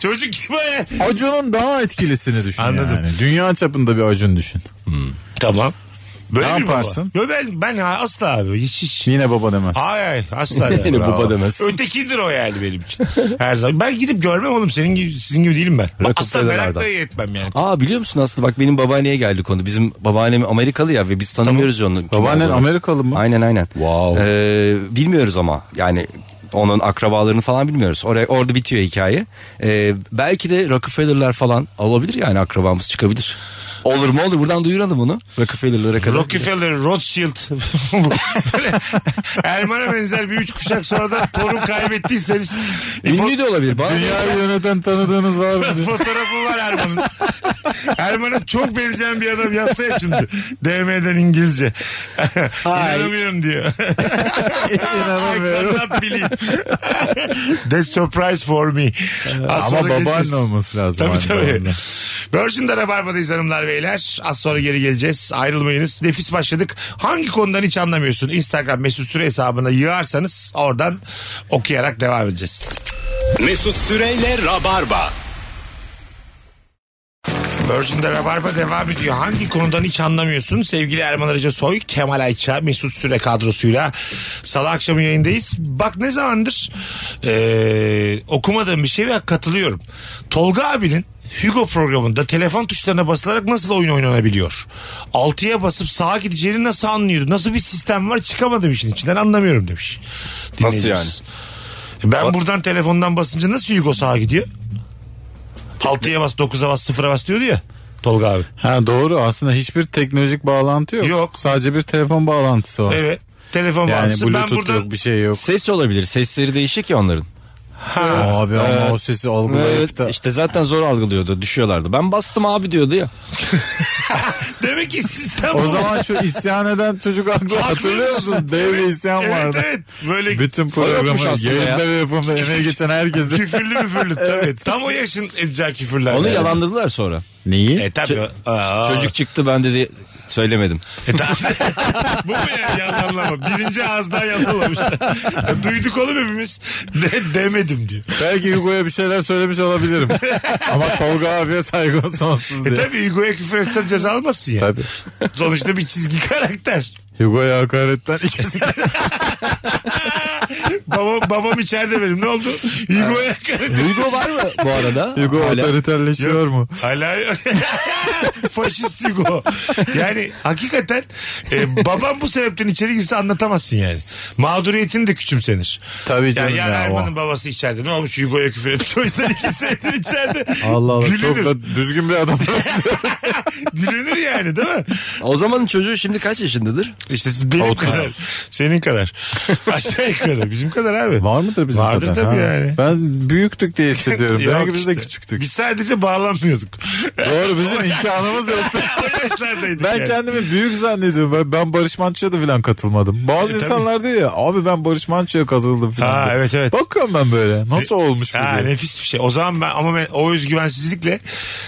Çocuk gibi o ya.
Acun'un daha etkilisini düşün
Anladım.
yani. Dünya çapında bir Acun düşün.
Tamam. Böyle
Ne
bir baba.
yaparsın?
Yo ben, ben asla abi. Hiç hiç.
Yine baba demez.
Hayır hayır asla. yani.
Yine
Bravo.
baba demez.
Ötekidir o yani benim için. Her zaman. Ben gidip görmem oğlum. Senin gibi, sizin gibi değilim ben.
Rakıp
asla
dedelerden.
merak da etmem yani.
Aa biliyor musun aslında bak benim babaanneye geldi konu. Bizim babaannem Amerikalı ya ve biz tanımıyoruz onu. Kim
Babaannen
olduğunu.
Amerikalı mı?
Aynen aynen.
Wow.
Ee, bilmiyoruz ama yani onun akrabalarını falan bilmiyoruz. Oraya orada bitiyor hikaye. Ee, belki de Rockefeller'lar falan olabilir yani akrabamız çıkabilir. Olur mu olur buradan duyuralım bunu. Rockefeller'lara kadar.
Rockefeller, Rothschild. Böyle Erman'a benzer bir üç kuşak sonra da torun kaybettiyseniz.
Ünlü de olabilir. Bana
Dünya yöneten tanıdığınız var mı? diye.
Fotoğrafı var Erman'ın. Erman'a çok benzeyen bir adam yazsa ya şimdi. DM'den İngilizce. İnanamıyorum diyor.
İnanamıyorum.
I cannot believe. That's surprise for me. Az sonra
Ama
geleceğiz.
babaanne olması lazım.
Tabii
aynı zamanda.
tabii. Virgin'de Rabarba'dayız hanımlar beyler. Az sonra geri geleceğiz. Ayrılmayınız. Nefis başladık. Hangi konudan hiç anlamıyorsun? Instagram mesut süre hesabına yığarsanız oradan okuyarak devam edeceğiz.
Mesut Süreyle Rabarba.
Virgin'de Rabarba devam ediyor. Hangi konudan hiç anlamıyorsun? Sevgili Erman Arıca Soy, Kemal Ayça, Mesut Süre kadrosuyla salı akşamı yayındayız. Bak ne zamandır e, okumadığım bir şey ve katılıyorum. Tolga abinin Hugo programında telefon tuşlarına basılarak nasıl oyun oynanabiliyor? 6'ya basıp sağa gideceğini nasıl anlıyordu? Nasıl bir sistem var çıkamadım işin içinden anlamıyorum demiş. Dinleyicimiz. E Ben buradan telefondan basınca nasıl Hugo sağa gidiyor? 6'ya bas, 9'a bas, 0'a bas diyordu ya Tolga abi.
Ha doğru aslında hiçbir teknolojik bağlantı yok.
Yok.
Sadece bir telefon bağlantısı var.
Evet. Telefon
Yani
bağlantısı. Ben
bluetooth yok
buradan
bir şey yok.
Ses olabilir. Sesleri değişik ya onların.
Abi ama o sesi algılayıp da.
işte zaten zor algılıyordu. Düşüyorlardı. Ben bastım abi diyordu ya.
demek ki sistem
O zaman şu isyan eden çocuk haklı hatırlıyor musunuz? Dev bir isyan
evet,
vardı.
Evet Böyle
Bütün programı
yokmuş aslında
yayında
ya.
ve yapımda emeği geçen herkesi.
küfürlü müfürlü. Tabii. Tam o yaşın edeceği küfürler.
Onu
yani.
yalanladılar sonra.
Neyi?
E tabii. Aa,
Çocuk çıktı ben dedi söylemedim.
E, tabii. Bu mu yani yalanlama? Birinci ağızdan yalanlamışlar. E, Duyduk oğlum hepimiz. De, demedim diyor.
Belki Hugo'ya bir şeyler söylemiş olabilirim. ama Tolga abiye saygım sonsuz
E
diye.
tabii Hugo'ya küfür etsen ceza almazsın ya.
Tabii.
Sonuçta bir çizgi karakter.
Hugo'ya hakaretten ikisi.
Babam, babam içeride benim. Ne oldu? Hugo'ya karakter.
Duygu var mı bu arada?
Hugo
Hala.
otoriterleşiyor mu?
Hala faşist Hugo. Yani hakikaten e, babam bu sebepten içeri girse anlatamazsın yani. Mağduriyetini de küçümsenir.
Tabii
Yani,
canım
yani
ya. o.
Erman'ın babası içeride. Ne olmuş Hugo'ya küfür etmiş. O yüzden iki senedir içeride.
Allah Allah
Gülünür.
çok da düzgün bir adam.
Gülünür yani değil mi?
O zamanın çocuğu şimdi kaç yaşındadır?
İşte siz benim
Otuz.
kadar. Senin kadar. Aşağı yukarı. Bizim kadar abi.
E, Var mıdır bizim
Vardır
kadar?
tabii yani.
Ben büyüktük diye hissediyorum.
Yok
Belki biz de
işte.
küçüktük.
Biz sadece bağlanmıyorduk.
Doğru bizim imkanımız yoktu.
o yaşlardaydık
Ben
yani.
kendimi büyük zannediyorum. Ben, ben Barış Manço'ya da falan katılmadım. Bazı insanlar diyor ya abi ben Barış Manço'ya katıldım falan.
E, Ha,
diyor.
evet, evet.
Bakıyorum ben böyle. Nasıl olmuş bu
Ha,
diye.
nefis bir şey. O zaman ben ama ben, o özgüvensizlikle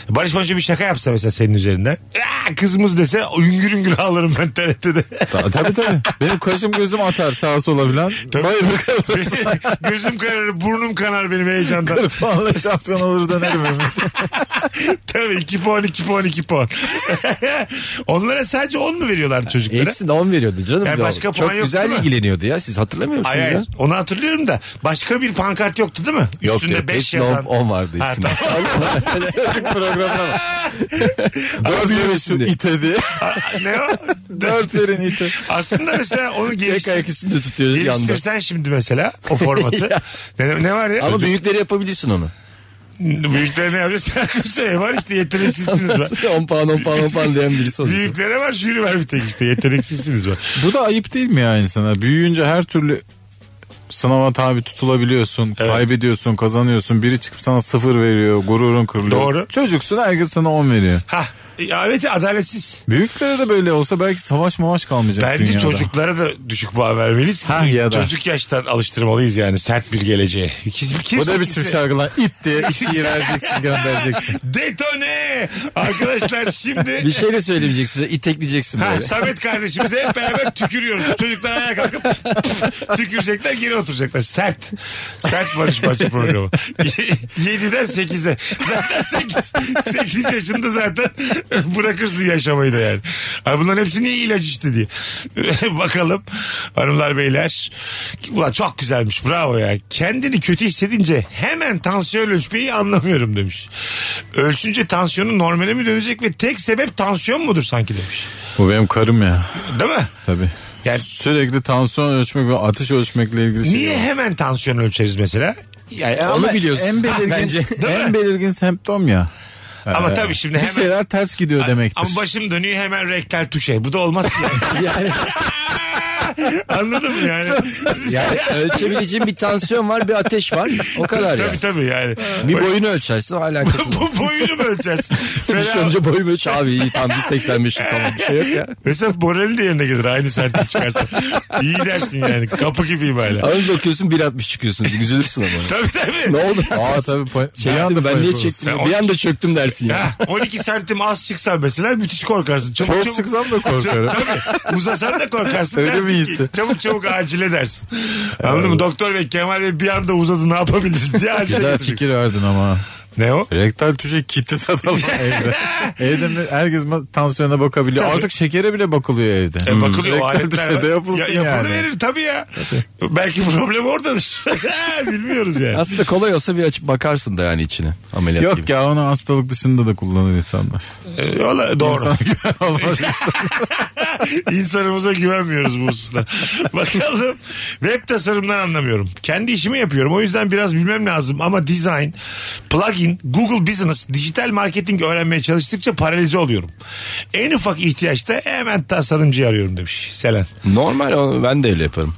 Barış Manço bir şaka yapsa mesela senin üzerinden. Aa, kızımız dese üngür üngür ağlarım ben TRT'de.
Ta- tabii tabii. Benim kaşım gözüm atar sağa sola falan.
Tabii.
Bayılır kalırım.
Benim Gözüm kararır, burnum kanar benim heyecandan.
Vallahi şampiyon olur dönerim.
Tabii 2 puan, 2 puan, 2 puan. Onlara sadece 10 mu veriyorlar çocuklara?
Hepsine 10 veriyordu canım.
Ya başka
Çok
puan yok
güzel
değil mi?
ilgileniyordu ya. Siz hatırlamıyor musunuz
Hayır,
ya?
hayır. Onu hatırlıyorum da başka bir pankart yoktu değil mi?
Yok
Üstünde
yok.
5 şey
Hepsine
yazan.
10 vardı
Ha,
hepsine.
Çocuk programına bak. Dört verin şu ite diye.
ne o?
Dört verin ite.
Aslında mesela onu
Tek
geliştir,
ayak üstünde tutuyor yanda.
geliştirsen şimdi mesela o formatı. ne, ne var ya?
Ama büyükleri yapabilirsin onu.
Büyüklere ne yapacağız? Şarkı söyle var işte yeteneksizsiniz var.
10 puan 10 puan 10 puan diyen birisi olacak.
Büyüklere var jüri var bir tek işte yeteneksizsiniz var.
Bu da ayıp değil mi ya insana? Büyüyünce her türlü sınava tabi tutulabiliyorsun,
Evet.
kaybediyorsun, kazanıyorsun. Biri çıkıp sana sıfır veriyor, gururun kırılıyor.
Doğru.
Çocuksun herkes sana on veriyor.
Hah. Evet adaletsiz.
Büyüklere de böyle olsa belki savaş mavaş kalmayacak
Bence
dünyada.
çocuklara da düşük puan vermeliyiz. ki
Hah ya da.
Çocuk yaştan alıştırmalıyız yani sert bir geleceğe. Kimse, kimse,
Bu da bir
kimse-
tür şarkılar. İt diye içkiyi vereceksin göndereceksin.
Detone! Arkadaşlar şimdi...
Bir şey de söylemeyecek size itekleyeceksin
Ha,
böyle.
Samet kardeşimize hep beraber tükürüyoruz. Çocuklar ayağa kalkıp tükürecekler geri oturacaklar. Sert. Sert Barış Manço programı. 7'den 8'e. Zaten 8, 8 yaşında zaten bırakırsın yaşamayı da yani. Ay bunların hepsi niye ilaç işte diye. Bakalım hanımlar beyler. Ulan çok güzelmiş bravo ya. Kendini kötü hissedince hemen tansiyon ölçmeyi anlamıyorum demiş. Ölçünce tansiyonu normale mi dönecek ve tek sebep tansiyon mudur sanki demiş.
Bu benim karım ya.
Değil mi?
Tabii.
Yani-
Sürekli tansiyon ölçmek ve ateş ölçmekle ilgili şey
Niye
var.
hemen tansiyon ölçeriz mesela? Yani ama,
Onu biliyoruz.
En belirgin,
Bence.
Değil mi?
en belirgin semptom ya.
ama
Ee,
tabii şimdi
bir
hemen
şey
şeyler ters gidiyor demektir.
ama başım dönüyor hemen rektal tuşe. Bu da olmaz ki.
Yani,
Anladın mı yani?
yani ölçebileceğin bir tansiyon var bir ateş var. O kadar ya.
tabii tabii yani.
Bir boyunu ölçersin alakası yok.
Bu boyunu mu ölçersin?
Bir şey
Fena-
önce boyumu ölç abi iyi tam 1.85'lik tamam bir şey yok ya.
Mesela morali de yerine gelir aynı saatte çıkarsan. İyi dersin yani. Kapı gibiyim hala.
Abi bakıyorsun 1.60 çıkıyorsun üzülürsün ama.
tabii tabii.
ne oldu?
Aa tabii. pa-
Çektim,
bir anda
Şey ben niye
payı-
çektim?
Sen
Bir anda çöktüm dersin ya.
Ha, 12 santim az çıksan mesela müthiş korkarsın. Çabuk
Çok
çabuk-
çıksam da korkarım.
Tabii. Uzasan da korkarsın.
Öyle
dersin
mi
ki,
hissi?
Çabuk çabuk acile dersin. Anladın mı? Doktor Bey Kemal Bey bir anda uzadı ne yapabiliriz diye acile
Güzel
getirecek.
fikir verdin ama.
Ne o?
Rektal tuşa kiti satalım evde. evde mi- herkes ma- tansiyona bakabiliyor.
Tabii.
Artık şekere bile bakılıyor evde.
E, bakılıyor o
Rektal
aletler.
tuşa Hmm. da yapılsın
ya,
yani.
Yapılıverir tabii ya. Belki problem oradadır. Bilmiyoruz yani.
Aslında kolay olsa bir açıp bakarsın da yani içine ameliyat
Yok
gibi.
ya onu hastalık dışında da kullanır insanlar.
E, ola- doğru.
Sana güven olmaz.
İnsanımıza güvenmiyoruz bu hususta. Bakalım. Web tasarımdan anlamıyorum. Kendi işimi yapıyorum. O yüzden biraz bilmem lazım ama design, plugin, Google Business, dijital marketing öğrenmeye çalıştıkça paralize oluyorum. En ufak ihtiyaçta hemen tasarımcı arıyorum demiş Selen.
Normal onu ben de öyle yaparım.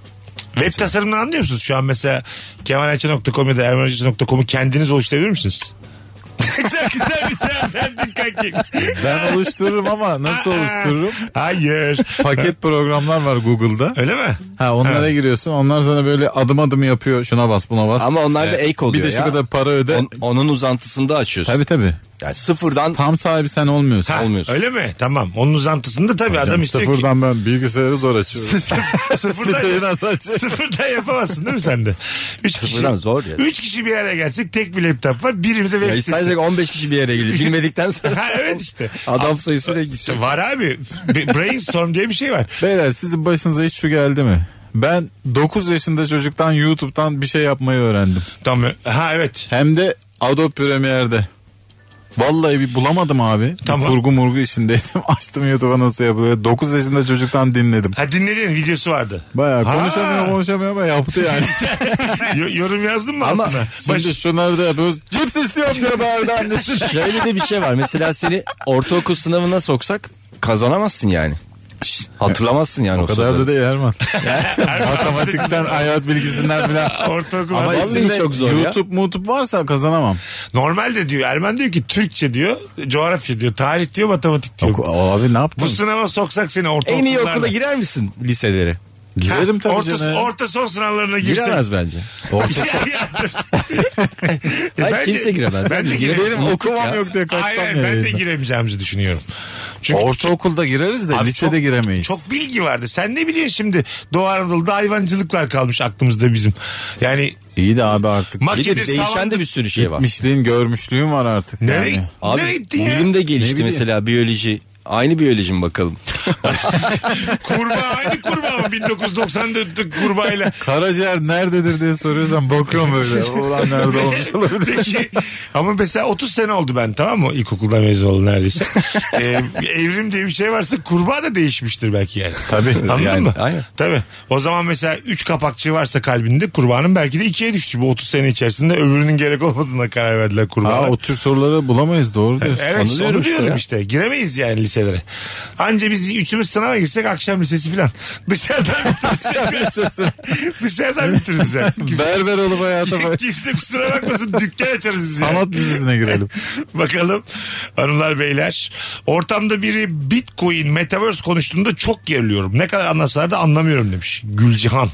Web tasarımdan anlıyor musunuz? Şu an mesela kemalalçı.com ya da ermanalçı.com'u kendiniz oluşturabilir misiniz? Çok güzel bir cevap verdin kanki.
ben oluştururum ama nasıl oluştururum?
Hayır.
Paket programlar var Google'da.
Öyle mi?
Ha onlara
Ha.
giriyorsun. Onlar sana böyle adım adım yapıyor. Şuna bas, buna bas. E,
Ama onlar da ek
bir
oluyor
de şu
ya.
kadar para öde.
On- onun uzantısında açıyorsun.
Tabii tabii.
Yani sıfırdan
Tam sahibi sen olmuyorsun.
Ha,
Olmuyorsun.
Öyle mi? Tamam. Onun uzantısında tabii adam
Canım,
istiyor ki.
sıfırdan ben bilgisayarı zor açıyorum.
Sıfır-
Siteyi
sıfırdan,
nasıl açıyorum?
sıfırdan yapamazsın değil mi sen de? Üç kişi,
Sıfırdan zor ya.
Üç kişi bir araya gelsek tek bir laptop var. Birimize web
yani
sitesi.
sadece 15 kişi bir yere geliyor. Bilmedikten sonra
Ha, evet işte.
adam sayısı da
İşte
gidiyor.
Var abi. B- Brainstorm diye bir şey var.
Beyler sizin başınıza hiç şu geldi mi? Ben 9 yaşında çocuktan YouTube'dan bir şey yapmayı öğrendim.
Tamam. Ha evet.
Hem de Adobe Premiere'de. Vallahi bir bulamadım abi.
Tamam.
Tamam. Kurgu murgu işindeydim. Açtım YouTube'a nasıl yapılıyor. 9 yaşında çocuktan dinledim.
Ha dinledin videosu vardı.
Bayağı
Ha.
konuşamıyor konuşamıyor ama yaptı yani.
Yo- yorum yazdın mı
Ama
altına?
Şimdi
Baş-
şunları da yapıyoruz. Cips istiyorum diyor bağırdı annesi.
Şöyle de bir şey var. Mesela seni ortaokul sınavına soksak kazanamazsın yani. Hatırlamazsın yani o,
O kadar da
soruları.
değil Erman. Matematikten, hayat bilgisinden bile.
Ortaokul.
Ama
Vallahi
içinde
çok zor ya.
YouTube, mutup varsa kazanamam.
Normalde diyor Ermen diyor ki Türkçe diyor, coğrafya diyor, tarih diyor, matematik diyor.
O, abi ne
Bu
yaptın?
sınava soksak seni ortaokullarda.
En iyi okula girer misin liselere?
Girerim tabii
orta,
canım.
orta son sınavlarına girsek.
Giremez bence.
Ya, ya, dur. E,
Hayır,
bence-
kimse giremez.
Ben de
Biz
giremem.
giremeyiz.
Benim okumam yok diye kaçsam
Hayır,
ya
ben de
yayından.
giremeyeceğimizi düşünüyorum. Çünkü
Ortaokulda gireriz de
Abi
lisede
çok-
giremeyiz.
çok bilgi vardı. Sen ne biliyorsun şimdi? Doğu Anadolu'da hayvancılıklar kalmış aklımızda bizim. Yani
İyi de abi artık.
Mak-
Bir de
Gidip
değişen
savandı-
de bir sürü şey var.
Gitmişliğin görmüşlüğün var artık.
nereye,
Yani.
Abi
nereye gittin ya?
bilim de
Ne
gelişti
bileyim.
mesela biyoloji Aynı biyoloji mi bakalım?
Kurbağa aynı kurbağa mı? 1994'teki kurbağayla.
Karaciğer nerededir diye soruyorsan bakıyorum böyle. Ulan nerede olmuş olabilir.
Peki ama mesela 30 sene oldu ben tamam mı? İlkokulda mezun oldum neredeyse. Ee, evrim diye bir şey varsa kurbağa da değişmiştir belki yani.
Tabii.
Anladın
Yani,
mı?
aynen.
Tabii. O zaman mesela 3 kapakçı varsa kalbinde kurbağanın belki de 2'ye düştü. Bu 30 sene içerisinde öbürünün gerek olmadığına karar verdiler kurbağa.
Ha, o tür soruları bulamayız doğru diyorsun.
Evet onu diyorum,
işte ya.
işte. Giremeyiz yani liselere. Anca biz üçümüz sınava girsek akşam lisesi falan. Dışarıdan bitiririz. Dışarıdan bitiririz yani. Kim-
Berber olup hayata bak.
Kimse kusura bakmasın dükkan açarız biz yani.
Sanat dizisine girelim.
Bakalım hanımlar beyler. Ortamda biri bitcoin metaverse konuştuğunda çok geriliyorum. Ne kadar anlasalar da anlamıyorum demiş. Gülcihan.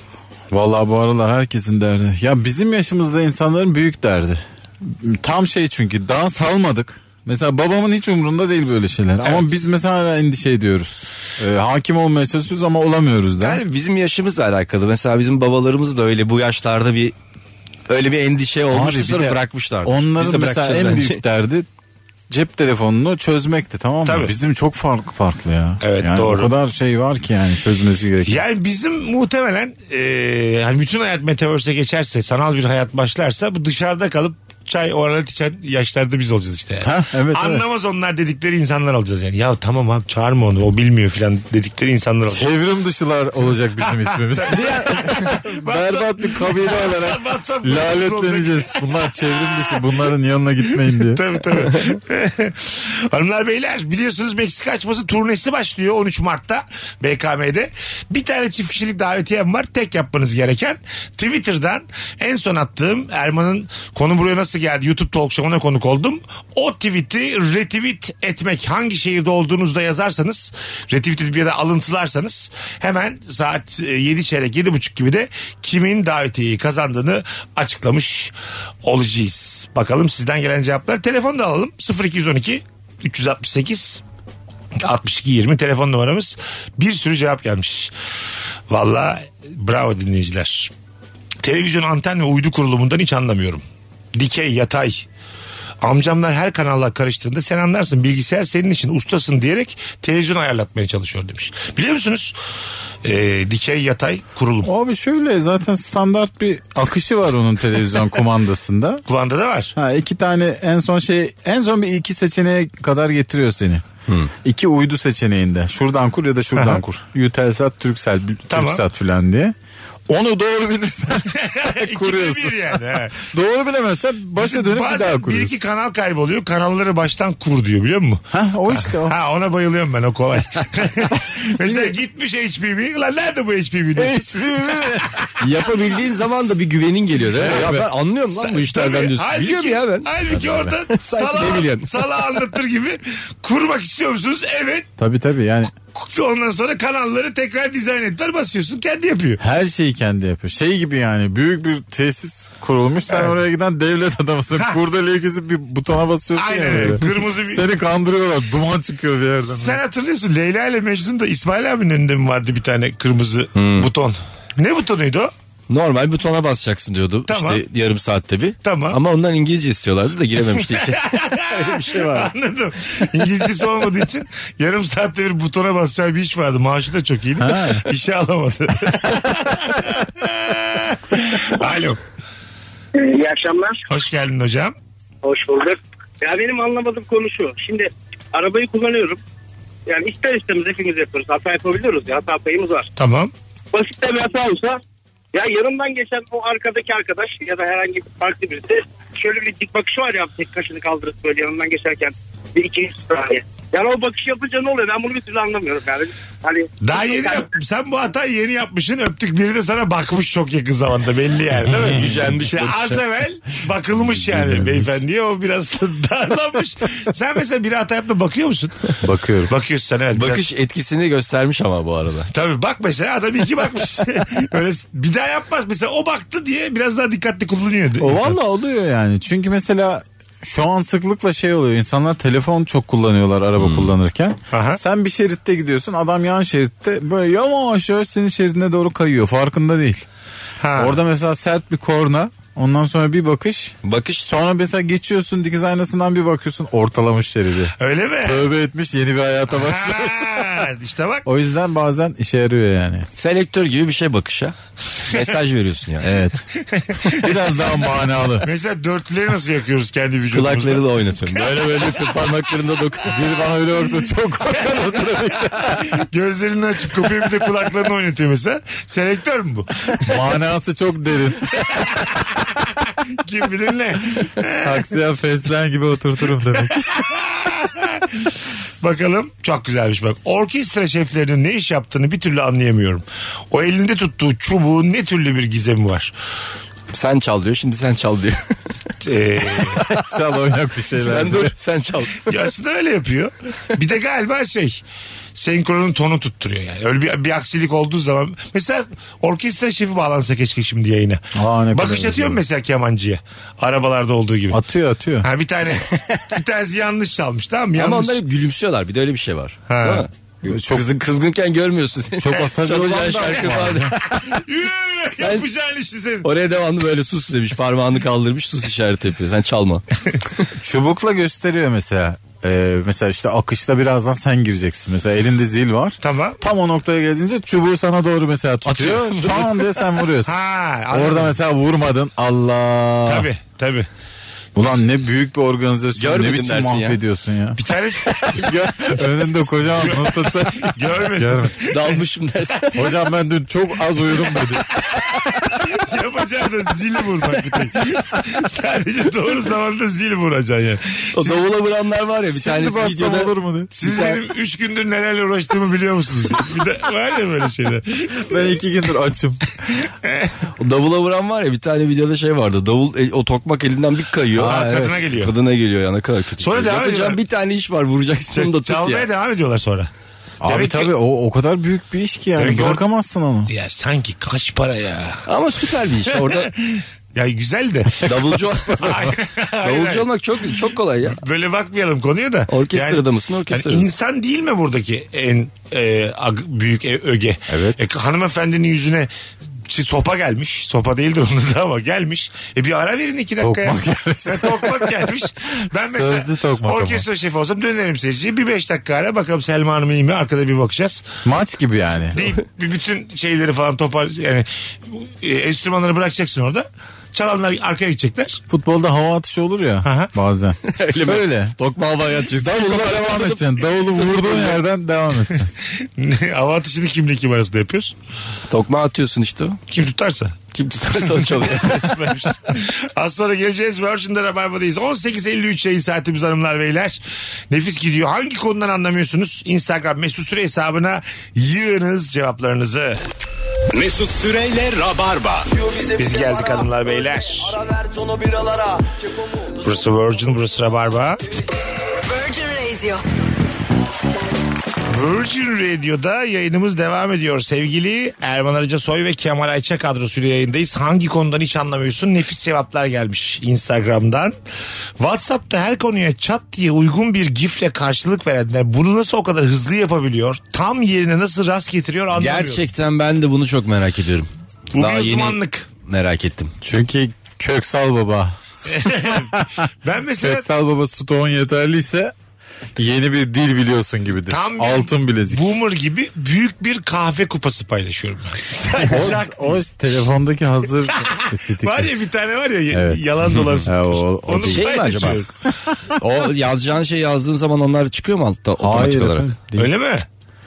Vallahi bu aralar herkesin derdi. Ya bizim yaşımızda insanların büyük derdi. Tam şey çünkü dans almadık. Mesela babamın hiç umrunda değil böyle şeyler. Ama biz mesela hala endişe ediyoruz. Ee, hakim olmaya çalışıyoruz ama olamıyoruz da.
Yani bizim yaşımızla alakalı. Mesela bizim babalarımız da öyle bu yaşlarda bir öyle bir endişe olmuştu
bir
sonra
de
bırakmışlar.
Onların mesela en büyük derdi cep telefonunu çözmekti tamam mı?
Tabii.
Bizim çok farklı farklı ya.
Evet,
yani O
doğru.
kadar şey var ki yani çözmesi gerekiyor.
Yani bizim muhtemelen e, yani bütün hayat metaverse'e geçerse sanal bir hayat başlarsa bu dışarıda kalıp çay oralet içen yaşlarda biz olacağız işte. yani.
Ha, evet, evet.
Anlamaz onlar dedikleri insanlar olacağız yani. Ya tamam abi çağırma onu o bilmiyor filan dedikleri insanlar olacağız.
Çevrim dışılar olacak bizim ismimiz. Berbat bir kabile olarak
WhatsApp grubumuz olacak.
Lanetleneceğiz. Bunlar çevrim dışı. Bunların yanına gitmeyin diye.
Tabii tabii. Hanımlar beyler biliyorsunuz Meksika açması turnesi başlıyor 13 Mart'ta BKM'de. Bir tane çift kişilik davetiyem var. Tek yapmanız gereken Twitter'dan en son attığım Erman'ın konu buraya nasıl geldi YouTube talk show'una konuk oldum. O tweet'i retweet etmek hangi şehirde olduğunuzda yazarsanız retweet edip ya da alıntılarsanız hemen saat e, 7 çeyrek 7 buçuk gibi de kimin davetiyeyi kazandığını açıklamış olacağız. Bakalım sizden gelen cevaplar. Telefon da alalım 0212 368 62 20 telefon numaramız. Bir sürü cevap gelmiş. Valla bravo dinleyiciler. Televizyon anten ve uydu kurulumundan hiç anlamıyorum. Dikey, yatay. Amcamlar her kanalla karıştığında sen anlarsın bilgisayar senin için ustasın diyerek televizyon ayarlatmaya çalışıyor demiş. Biliyor musunuz? Ee, dikey yatay kurulum.
Abi şöyle zaten standart bir akışı var onun televizyon kumandasında.
Kulağında da var.
Ha iki tane en son şey en son bir iki seçeneğe kadar getiriyor seni. İki uydu seçeneğinde. Şuradan kur ya da şuradan kur. Utelsat, Turkcell,
Tamam.
Türksat filan diye. Onu doğru bilirsen
İkide
kuruyorsun.
bir yani. he.
doğru bilemezsen başa dönüp bir daha
Bazen bir
kuruyorsun.
iki kanal kayboluyor. Kanalları baştan kur diyor biliyor musun?
Ha o işte o.
Ha ona bayılıyorum ben o kolay. Mesela gitmiş HPV. Lan nerede bu HPV diyor.
Yapabildiğin zaman da bir güvenin geliyor değil mi? Ya ben anlıyorum lan bu işlerden diyorsun.
Halbuki-
Biliyorum ya ben.
Halbuki orada
ne
sala,
biliyorsun?
sala anlatır gibi kurmak istiyor musunuz? Evet.
Tabii tabii yani
Ondan sonra kanalları tekrar dizayn ettiler. Basıyorsun kendi yapıyor.
her şeyi kendi yapıyor. Şey gibi yani büyük bir tesis kurulmuş. Sen oraya giden devlet adamısın. Kurdeleyi kesip bir butona basıyorsun ya
Aynen
böyle.
öyle. Kırmızı bir...
Seni kandırıyorlar. Duman çıkıyor bir yerden.
Sen hatırlıyorsun Leyla ile Mecnun'da İsmail abinin önünde mi vardı bir tane kırmızı
Hmm.
buton? Ne butonuydu o?
Normal butona basacaksın diyordu
Tamam.
işte yarım saatte bir.
Tamam.
Ama ondan İngilizce istiyorlardı da girememişti işe.
Anladım. İngilizcesi olmadığı için yarım saatte bir butona basacağı bir iş vardı. Maaşı da çok iyiydi. İşe alamadı. Alo.
İyi akşamlar.
Hoş geldin hocam.
Hoş bulduk. Ya benim anlamadığım konu şu. Şimdi arabayı kullanıyorum. Yani ister istemez hepimiz yapıyoruz. Hata yapabiliyoruz ya. Hata payımız var.
Tamam.
Basit de bir hata olsa ya yanımdan geçen o arkadaki arkadaş ya da herhangi bir farklı birisi şöyle bir dik bakışı var ya tek kaşını kaldırıp böyle yanından geçerken bir ikinci saniye. Yani o bakış yapınca ne oluyor? Ben bunu bir türlü anlamıyorum yani. Hani
Daha yeni yap- sen bu hatayı yeni yapmışsın öptük biri de sana bakmış çok yakın zamanda belli yani değil mi? Gücenmiş. az evvel bakılmış yani beyefendiye o biraz darlanmış. sen mesela bir hata yapma bakıyor musun?
Bakıyorum.
Bakıyorsun sen evet. biraz-
Bakış etkisini göstermiş ama bu arada.
Tabii bak mesela adam iyi ki bakmış. Öyle bir daha yapmaz. Mesela o baktı diye biraz daha dikkatli kullanıyordu.
O valla oluyor yani. Çünkü mesela şu an sıklıkla şey oluyor. İnsanlar telefon çok kullanıyorlar araba kullanırken.
Aha.
Sen bir şeritte gidiyorsun. Adam yan şeritte böyle yavaş yavaş senin şeridine doğru kayıyor. Farkında değil.
Ha.
Orada mesela sert bir korna Ondan sonra bir bakış.
Bakış
Sonra mesela geçiyorsun dikiz aynasından bir bakıyorsun ortalamış şeridi.
Öyle mi?
Tövbe etmiş yeni bir hayata başlamış.
Ha, işte bak.
O yüzden bazen işe yarıyor yani.
selektör gibi bir şey bakışa. Mesaj veriyorsun yani.
Evet. Biraz daha manalı.
Mesela dörtlüleri nasıl yakıyoruz kendi vücudumuzda?
Kulakları da oynatıyorum. Böyle böyle parmaklarında dokun.
Biri bana öyle baksa çok korkar o trafikte.
Gözlerini açıp kapıyı bir de kulaklarını oynatıyor mesela. Selektör mü bu?
Manası çok derin.
Kim bilir ne?
Taksiye feslen gibi oturturum demek.
Bakalım çok güzelmiş bak. Orkestra şeflerinin ne iş yaptığını bir türlü anlayamıyorum. O elinde tuttuğu çubuğun ne türlü bir gizemi var?
Sen çal diyor şimdi sen çal diyor.
Ee,
Çal oynak
Şey
bir şeyler.
sen dur sen çal.
ya aslında öyle yapıyor. Bir de galiba şey senkronun tonu tutturuyor yani. Öyle bir, bir aksilik olduğu zaman. Mesela orkestra şefi bağlansa keşke şimdi yayına.
Aa, ne
Bakış
kadar
atıyor mu
güzel.
mesela kemancıya? Arabalarda olduğu gibi.
Atıyor atıyor.
Ha bir tane bir tanesi yanlış çalmış tamam mı?
Ama
Yanlış.
onlar hep gülümsüyorlar bir de öyle bir şey var.
Ha.
Değil mi? Çok Kızın, kızgınken görmüyorsun seni.
Çok asabi
Çalacağın
olan da
şarkı var.
Yapacağın işte senin.
Oraya devamlı böyle sus demiş. Parmağını kaldırmış sus işareti yapıyor. Sen çalma.
Çubukla gösteriyor mesela. Ee, mesela işte akışta birazdan sen gireceksin. Mesela elinde zil var.
Tamam.
Tam o noktaya geldiğince çubuğu sana doğru mesela tutuyor.
Atıyor.
Can diye sen vuruyorsun.
Ha, anladım.
Orada mesela vurmadın. Allah.
Tabii tabii.
Ulan ne büyük bir organizasyon.
Görmedin
ne biçim
dersin ya.
mahvediyorsun ya.
Bir tane
Önünde kocaman noktası.
görmedim.
Dalmışım dersin.
Hocam ben dün çok az uyudum dedi.
Yapacağı da zili vurmak bir tek. Sadece doğru zamanda zil vuracaksın yani.
O davula vuranlar var ya bir tanesi
bassam
videoda.
olur mu diye.
Siz benim 3 gündür nelerle uğraştığımı biliyor musunuz? Bir de var ya böyle şeyler.
Ben iki gündür açım.
O davula vuran var ya bir tane videoda şey vardı. Davul el- o tokmak elinden bir kayıyor.
Aa, kadına geliyor.
Kadına geliyor yani ne kadar kötü.
Sonra
şey.
devam
Yapacağım
ediyorlar.
bir tane iş var vuracaksın onu da tut
Çalmaya
ya.
devam ediyorlar sonra.
Abi
Demek ki-
tabii o, o kadar büyük bir iş ki yani.
Demek ki or-
Bırakamazsın onu.
Ya sanki kaç para ya.
Ama süper bir iş. Orada
Ya güzel de.
davulcu,
Hayır, hayır.
davulcu olmak çok çok kolay ya.
Böyle bakmayalım konuya da.
Orkestrada mısın, orkestrada
yani
mısın?
insan değil mi buradaki en e, ag- büyük e- öge?
Evet.
E, hanımefendinin yüzüne şey, sopa gelmiş. Sopa değildir onun da ama gelmiş. E bir ara verin iki dakika.
Tokmak
ya. tokmak gelmiş. Ben mesela
Sözlü tokmak ama.
orkestra şefi olsam dönerim seyirciye. Bir beş dakika ara bakalım Selma Hanım iyi mi? Arkada bir bakacağız.
Maç gibi yani.
Deyip bir bütün şeyleri falan topar yani e, enstrümanları bırakacaksın orada. Çalanlar arkaya gidecekler.
Futbolda hava atışı olur ya
Aha.
bazen.
Öyle mi?
Böyle.
Tokma havaya atacaksın.
Davulla devam edeceksin. Davulu vurduğun yerden devam edeceksin.
Hava atışını kimle kim arasında yapıyoruz?
Tokma atıyorsun işte o.
Kim tutarsa.
Kim tutarsa o çalıyor.
Süpermiş. Az sonra geleceğiz. Virgin'de Rabarba'dayız. 18.53 yayın saatimiz hanımlar beyler. Nefis gidiyor. Hangi konudan anlamıyorsunuz? Instagram mesut süre hesabına yığınız cevaplarınızı.
Mesut Süreyle Rabarba.
Biz geldik hanımlar beyler. Burası Virgin, burası Rabarba.
Virgin Radio.
Virgin Radio'da yayınımız devam ediyor. Sevgili Erman Arıca Soy ve Kemal Ayça kadrosuyla yayındayız. Hangi konudan hiç anlamıyorsun? Nefis cevaplar gelmiş Instagram'dan. Whatsapp'ta her konuya çat diye uygun bir gifle karşılık verenler bunu nasıl o kadar hızlı yapabiliyor? Tam yerine nasıl rast getiriyor anlamıyorum.
Gerçekten ben de bunu çok merak ediyorum.
Bu
Daha
bir
yeni
uzmanlık.
merak ettim.
Çünkü Köksal Baba.
Ben mesela
Köksal Baba stoğun yeterliyse yeni bir dil biliyorsun gibidir.
tam bir
Altın bilezik.
Boomer gibi büyük bir kahve kupası paylaşıyorum ben.
O, o telefondaki hazır sticker.
var ya bir tane var ya
Evet.
yalan dolarız.
Ha, o- o
Onu
değil.
Şey mi acaba?
paylaşıyorum.
O yazacağın şey yazdığın zaman onlar çıkıyor mu altta otomatik
Hayır
olarak?
efendim. Değil.
Öyle mi?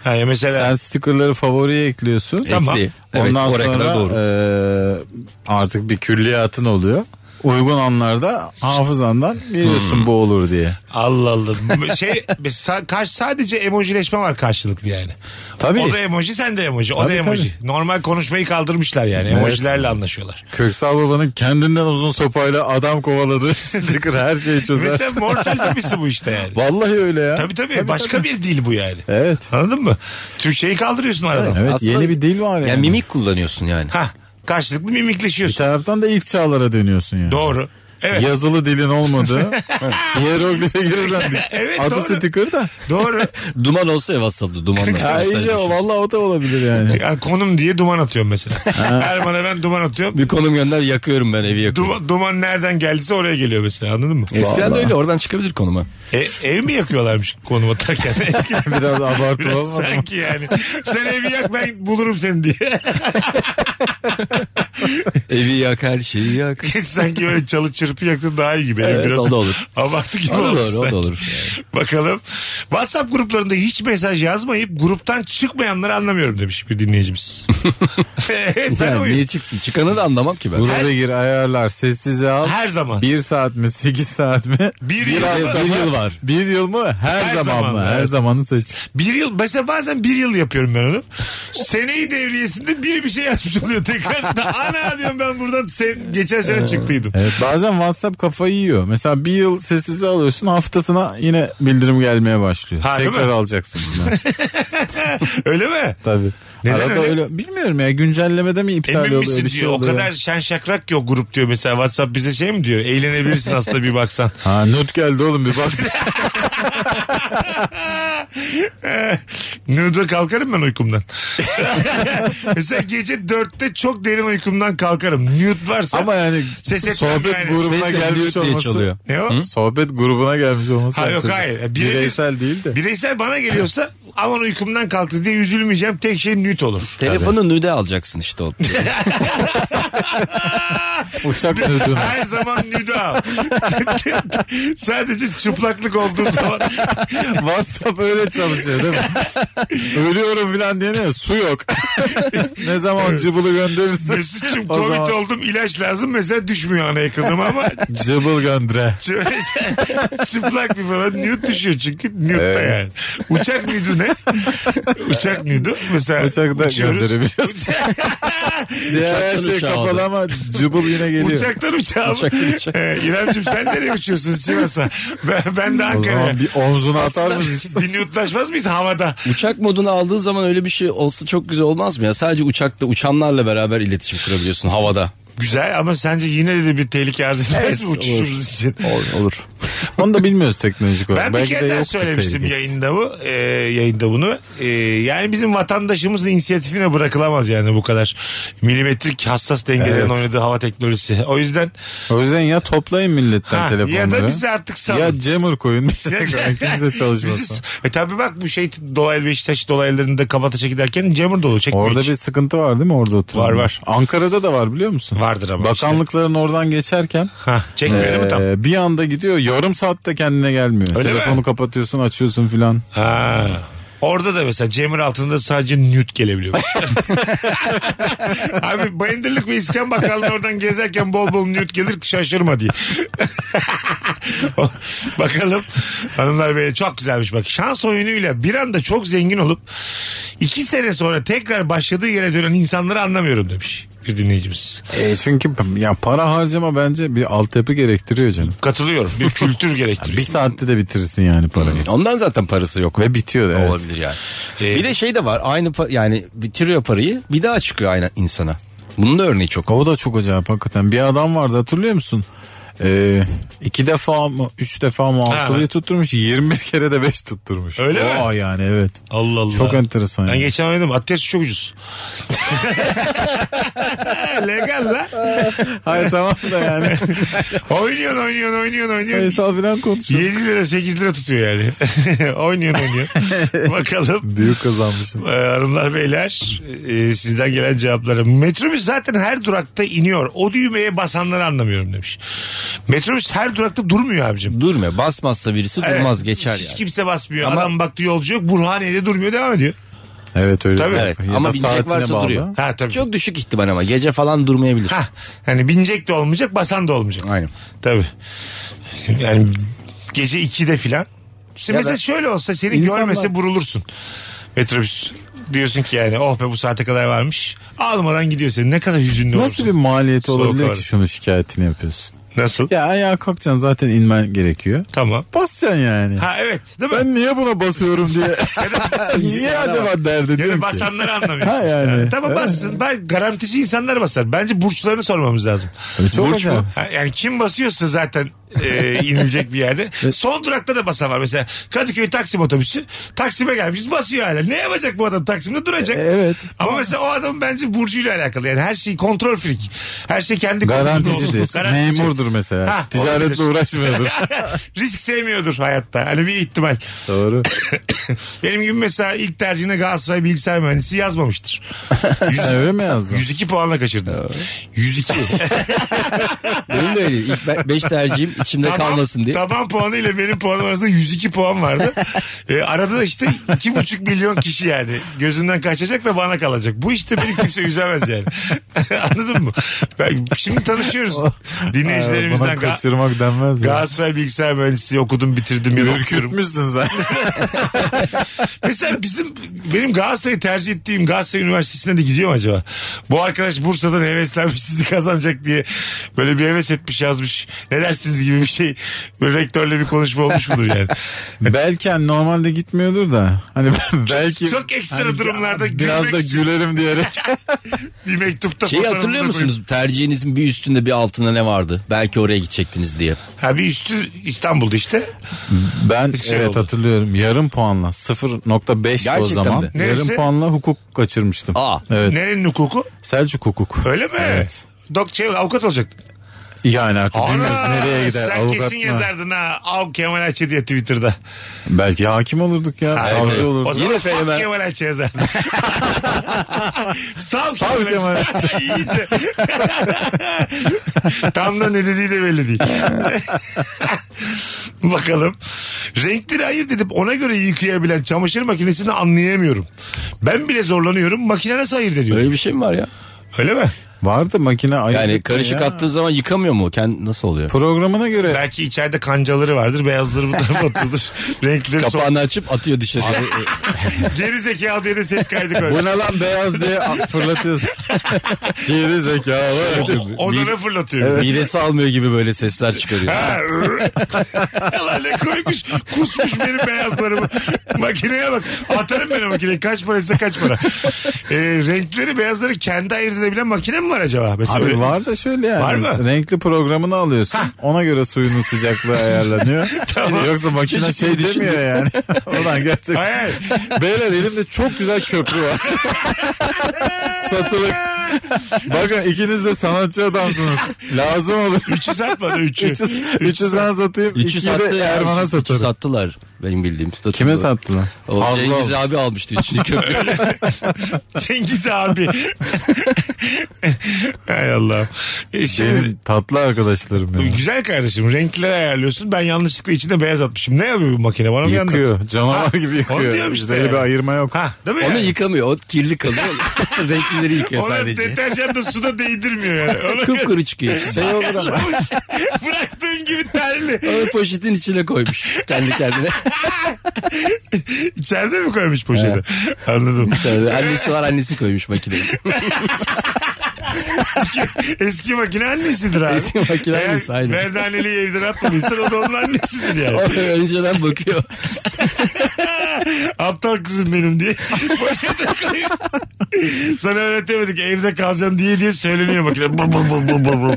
Ha, ya mesela
Sen stickerları favoriye ekliyorsun.
Tamam.
Ekli. Evet,
Ondan
oraya kadar
sonra
doğru.
eee, artık bir külliyatın oluyor. Uygun anlarda hafızandan geliyorsun bu olur diye.
Allah Allah. Şey mesela karşı sadece emojileşme var karşılıklı yani.
Tabii.
O da emoji, sen de emoji, o da
Tabii,
emoji. Normal konuşmayı kaldırmışlar yani.
Evet.
Emojilerle anlaşıyorlar.
Köksal Baba'nın kendinden uzun sopayla adam kovaladığı sticker her şeyi çözer.
Mesela Morsel tepisi bu işte yani.
Vallahi öyle ya.
Tabii tabii, başka bir dil bu yani.
Evet.
Anladın mı? Türkçeyi kaldırıyorsun aradan.
Evet
Aslında-
yeni bir dil var
Yani
yani.
mimik kullanıyorsun yani.
Ha, karşılıklı
Bir
mimikleşiyorsun.
taraftan da ilk çağlara dönüyorsun yani.
Doğru. Evet.
Yazılı dilin olmadığı. Hieroglife girirlendik.
Evet,
Adı
doğru.
sticker da.
Doğru.
Duman olsa ya WhatsApp'ta dumanla.
Ayrıca o valla o da olabilir yani.
Yani konum diye duman atıyorum mesela. Erman'a ben duman atıyorum.
Bir konum gönder yakıyorum ben evi yakıyorum.
Duman, duman nereden geldiyse oraya geliyor mesela anladın mı?
Eskiden de öyle oradan çıkabilir konuma.
E, ev mi yakıyorlarmış konum atarken? Eskiden
Biraz abartı
Biraz
olmadı mı?
sanki yani. Sen evi yak ben bulurum seni diye.
Evi yak her şeyi yak.
sanki böyle çalı çırpı yaktın daha iyi gibi. Yani
Evet,
biraz
o da olur.
Abartı gibi
O da
olmuş
olur, o
sanki.
da olur.
Bakalım. WhatsApp gruplarında hiç mesaj yazmayıp gruptan çıkmayanları anlamıyorum demiş bir dinleyicimiz. Evet, ben
Yani
oyum.
niye çıksın? Çıkanı da anlamam ki ben.
Gruba gir ayarlar sessize al.
Her zaman.
Bir saat mi sekiz saat mi?
Bir yıl var.
mı? Bir yıl mı? Her,
Her
zaman,
zaman,
mı?
evet.
Her zamanı seç.
Bir yıl mesela bazen bir yıl yapıyorum ben onu. Seneyi devriyesinde biri bir şey yazmış oluyor tekrar. Da, Ana diyorum ben buradan sen, geçen sene çıktıydım.
Evet, bazen WhatsApp kafayı yiyor. Mesela bir yıl sessize alıyorsun haftasına yine bildirim gelmeye başlıyor.
Ha, değil
Tekrar
mi?
alacaksın bunları.
Öyle mi?
Tabii.
Neden
Arada
öyle?
öyle? Bilmiyorum ya güncellemede mi iptal
Emin
oluyor
misin
bir
diyor.
şey
o
oluyor.
kadar şen şakrak yok grup diyor mesela. WhatsApp bize şey mi diyor? Eğlenebilirsin aslında bir baksan.
Ha not geldi oğlum bir bak.
Nude'a Eh, kalkarım ben uykumdan. mesela gece dörtte çok derin uykumdan kalkarım. Nude varsa.
Ama yani
Ses etmem
sohbet
yani.
grubuna gelmiş
diye çalıyor.
olması.
Ne o?
Sohbet grubuna gelmiş olması.
Ha, yok,
hakikaten.
hayır. Birebir-
Bireysel değil de.
Bireysel bana geliyorsa aman uykumdan kalktı diye üzülmeyeceğim. Tek şey nude olur.
Telefonu nüde alacaksın işte o.
Uçak nödüm.
Her zaman nude al. Sadece çıplaklık olduğu zaman.
WhatsApp öyle çalışıyor değil mi? Ölüyorum falan diye ne? Su yok. ne zaman cıbılı gönderirsin?
Mesut'cum
O
covid
zaman-
oldum ilaç lazım mesela düşmüyor ana ekranıma ama
Cıbıl göndere.
Şöyle çıplak bir falan nude düşüyor çünkü nude da yani. Uçak nude'u ne? Uçak nude'u mesela
Uçak da
uçuyoruz.
gönderebiliyorsun. Diğer her şey
uçağa aldı.
kapalı ama cıbıl yine geliyor.
Uçaktan uçağa mı?
Uçaktan uçağa.
Ee, İrem'cim sen nereye uçuyorsun Sivas'a? Ben, ben de
O zaman
Ankara'ya.
bir omzuna atar mısın?
Dinliyutlaşmaz mıyız havada?
Uçak modunu aldığın zaman öyle bir şey olsa çok güzel olmaz mı ya? Sadece uçakta uçanlarla beraber iletişim kurabiliyorsun havada.
Güzel ama sence yine de bir tehlike arz etmez
Evet,
mi uçuşumuz için?
Olur.
Onu da bilmiyoruz teknolojik olarak.
Ben
Belki
bir
de
kere daha
yoktur
söylemiştim
tehlikesi.
yayında bu e, yayında bunu. E, yani bizim vatandaşımızın inisiyatifine bırakılamaz yani bu kadar milimetrik hassas dengelerin
Evet.
oynadığı hava teknolojisi. O yüzden
O yüzden ya toplayın milletten
ha,
telefonları.
ya da bizi artık salın.
Ya jammer koyun.
Bizi-
Kimse çalışmasın.
Bizi- e tabi bak bu şey dolaylı Beşiktaş dolaylarında kabataşa giderken camur dolu çekmiyor.
Orada
hiç.
bir sıkıntı var değil mi orada oturan?
Var, var.
Ankara'da da var biliyor musun?
Vardır ama
Bakanlıkların oradan geçerken
Ha, çekmiyor değil mi tam?
e, bir anda gidiyor yarım saatte kendine gelmiyor.
Öyle mi? Ee,
Telefonu kapatıyorsun açıyorsun filan.
Ha. Orada da mesela Cemil altında sadece nüt gelebiliyor. Abi Bayındırlık ve İskan Bakanlığı oradan gezerken bol bol nüt gelir şaşırma diye. Bakalım hanımlar beyler çok güzelmiş bak. Şans oyunuyla bir anda çok zengin olup iki sene sonra tekrar başladığı yere dönen insanları anlamıyorum demiş bir dinleyicimiz.
E, çünkü p- ya para harcama bence bir altyapı gerektiriyor canım.
Katılıyorum bir kültür
Bir
gerektiriyor.
saatte de bitirirsin yani parayı.
Hmm.
Ondan zaten parası yok.
Ve bitiyor da, evet.
Olabilir yani.
Ee,
bir de şey de var. Aynı pa- yani bitiriyor parayı. Bir daha çıkıyor aynı insana. Bunun da örneği çok.
O da çok acayip hakikaten. Bir adam vardı hatırlıyor musun? Ee, iki defa mı üç defa mı
Ha.
altılıyı tutturmuş 21 kere de 5 tutturmuş.
Öyle mi?
Aa yani evet.
Allah Allah.
Çok enteresan.
Ben
yani.
geçen oynadım. Atyaç çok ucuz. Legal la.
Hayır tamam da yani
Oynuyorsun oynuyorsun oynuyorsun oynuyorsun.
sayısal falan konuşuyor.
7 lira 8 lira tutuyor yani. oynuyorsun oynuyorsun. Bakalım.
Büyük kazanmışsın.
Ee, Hanımlar beyler e, sizden gelen cevapları. Metrobüs zaten her durakta iniyor. O düğmeye basanları anlamıyorum demiş. Metrobüs her durakta durmuyor abicim.
Durmuyor. Basmazsa birisi durmaz
Evet.
geçer
Hiç
yani.
kimse basmıyor. Adam baktı yolcu yok. Burhaniye'de durmuyor devam ediyor.
Evet öyle.
Tabii.
Evet. Ama binecek varsa duruyor.
Ha tabii.
Çok düşük ihtimal ama gece falan durmayabilir.
Ha, yani binecek de olmayacak basan da olmayacak.
Aynen.
Tabii. Yani gece 2'de filan. İşte
Ya
mesela
da-
şöyle olsa seni
İnsanlar-
görmese burulursun. Metrobüs. Diyorsun ki yani oh be bu saate kadar varmış. Almadan gidiyor seni. Ne kadar hüzünlü
Nasıl bir
olursun.
maliyeti
Soğuk
olabilir
hava.
ki şunu şikayetini yapıyorsun?
Nasıl?
Ya ayağa kalkacaksın zaten inmen gerekiyor.
Tamam.
Basacaksın yani.
Ha evet değil mi?
Ben niye buna basıyorum diye. niye acaba derdin
Yani
diyorum ki.
basanları anlamıyorum.
Ha yani.
Yani Tamam bassın. Ben garantici insanlar basar. Bence burçlarını sormamız lazım.
Tabii çok acayip.
Ha, Yani kim basıyorsa zaten e, inilecek bir yerde. Son durakta da basan var. Mesela Kadıköy Taksim otobüsü Taksim'e gelmiş basıyor hala. Ne yapacak bu adam Taksim'de duracak.
E, Evet.
Ama mesela o adam bence burcuyla alakalı. Yani her şey kontrol frik. Her şey kendi kontrolünde
Garanticidir.
olsun. Garantici.
Memurdur mesela.
Ha,
Ticaretle
olabilir.
uğraşmıyordur.
Risk sevmiyordur hayatta. Hani bir ihtimal.
Doğru.
Benim gibi mesela ilk tercihine Galatasaray bilgisayar mühendisi yazmamıştır.
Sen öyle mi yazdın?
102 puanla kaçırdım. 102.
Benim de öyle. İlk 5 tercihim içimde kalmasın diye.
Taban puanı ile benim puanım arasında 102 puan vardı. Ee, arada da işte 2,5 milyon kişi yani. Gözünden kaçacak ve bana kalacak. Bu işte beni kimse üzemez yani. Anladın mı? Ben, şimdi tanışıyoruz.
Buna
Dinleyicilerimizden Ga-
kaçırmak denmez ya.
Galatasaray bilgisayar mühendisi okudum bitirdim. ya.
Ürkütmüşsün sen.
Mesela E bizim benim Galatasaray'ı tercih ettiğim Galatasaray Üniversitesi'ne de gidiyor mu acaba? Bu arkadaş Bursa'dan heveslenmiş sizi kazanacak diye böyle bir heves etmiş yazmış. Ne dersiniz gibi bir şey. Böyle rektörle bir konuşma olmuş mudur yani?
Belki hani normalde gitmiyordur da. Hani belki
çok ekstra
hani
durumlarda
biraz
gülmek
da
için.
gülerim diyerek.
Bir mektupta
Şeyi
fotoğrafını
hatırlıyor
da koyun.
musunuz? Tercihinizin bir üstünde bir altında ne vardı? Belki oraya gidecektiniz diye.
Ha bir üstü İstanbul'da işte.
Ben
Şey
evet
oldu.
hatırlıyorum. Yarım puanla 0.5 o
Gerçekten
zaman.
mi?
Neresi?
Yarım puanla hukuk kaçırmıştım.
Aa.
Evet.
Nerenin hukuku?
Selçuk hukuk.
Öyle mi?
Evet.
Dok şey avukat olacaktın.
Yani artık bilmiyoruz
Ana!
nereye gider.
Sen
Avukat
kesin
mı?
yazardın ha. Av Kemal Ayça diye Twitter'da.
Belki hakim olurduk ya.
Hayır.
savcı
O
olurduk.
zaman şey
Yine
Yine
Feymen.
Kemal Ayça yazardı.
Sağ
Sağ Kemal
Kemal
Ayça. şey İyice. Tam da ne dediği de belli değil. Bakalım. Renkleri ayırt edip ona göre yıkayabilen çamaşır makinesini anlayamıyorum. Ben bile zorlanıyorum. Makine nasıl ayırt ediyor?
Böyle bir şey mi var ya?
Öyle mi?
Vardı makine ayırt
Yani
etmiyor
karışık
ya.
attığı zaman yıkamıyor mu? Kendi nasıl oluyor?
Programına göre
Belki içeride kancaları vardır. Beyazları bu tarafa atılır. Renkleri son.
Kapağını açıp atıyor dışarı.
e,
Geri zekalı diye de ses kaydı koyar.
bu ne lan beyaz diye at- fırlatıyorsun. Geri
Şey
zekalı.
Odana fırlatıyor.
Midesi almıyor gibi böyle sesler çıkarıyor.
Ha, ı. Lan ne koymuş kusmuş benim beyazlarımı makineye bak atarım ben o makineyi kaç paraysa kaç para Ee, renkleri beyazları kendi ayırt edebilen makine mi var acaba mesela öyle-
Abi var da şöyle yani.
Var mı?
Renkli programını alıyorsun. Ona göre suyunun sıcaklığı ayarlanıyor.
Tamam.
Yoksa makine şey demiyor yani. Ulan gerçekten.
Hayır, hayır.
Beyler elimde çok güzel köprü var. Satılık. Bakın ikiniz de sanatçı adamsınız. Lazım olur.
Üçü satmadı üçü.
Üçü, üçü sana satayım.
Üçü
Üçü
sattı
de
ya.
Erman'a
Üçü- üçü
satarım.
sattılar benim bildiğim. Satıldı.
Kime sattılar?
O Cengiz
olmuş.
abi almıştı üçünü köprü.
Cengiz abi. Hay Allah. E, şimdi-
Benim tatlı arkadaşlarım ya.
Güzel kardeşim renkleri ayarlıyorsun ben yanlışlıkla içine beyaz atmışım. Ne yapıyor bu makine bana mı anlat?
Yıkıyor. Canavar gibi
onu
yıkıyor.
diyorum
Bizde
işte
öyle
yani.
bir ayırma yok.
Ha, değil mi
Onu
yani?
yıkamıyor. O kirli kalıyor. Renklileri yıkıyor
Ona
sadece.
deterjan da suda değdirmiyor yani. Ona göre-
Kıpkırı çıkıyor. içi.
Şey olur ama.
Bıraktığın gibi terli.
Onu poşetin içine koymuş. Kendi kendine.
İçeride mi koymuş poşeti? Anladım.
Şöyle annesi var annesi koymuş makineyi.
Eski makine annesidir abi.
Eski makine
Eğer
annesi, aynen.
merdaneliği evden atmadıysan o da onun annesidir yani.
Önceden bakıyor.
Aptal kızım benim diye. Poşete koyuyor. Sana öğretemedik evde kalacaksın diye diye söyleniyor makine. Bum bum bum bum bum bum.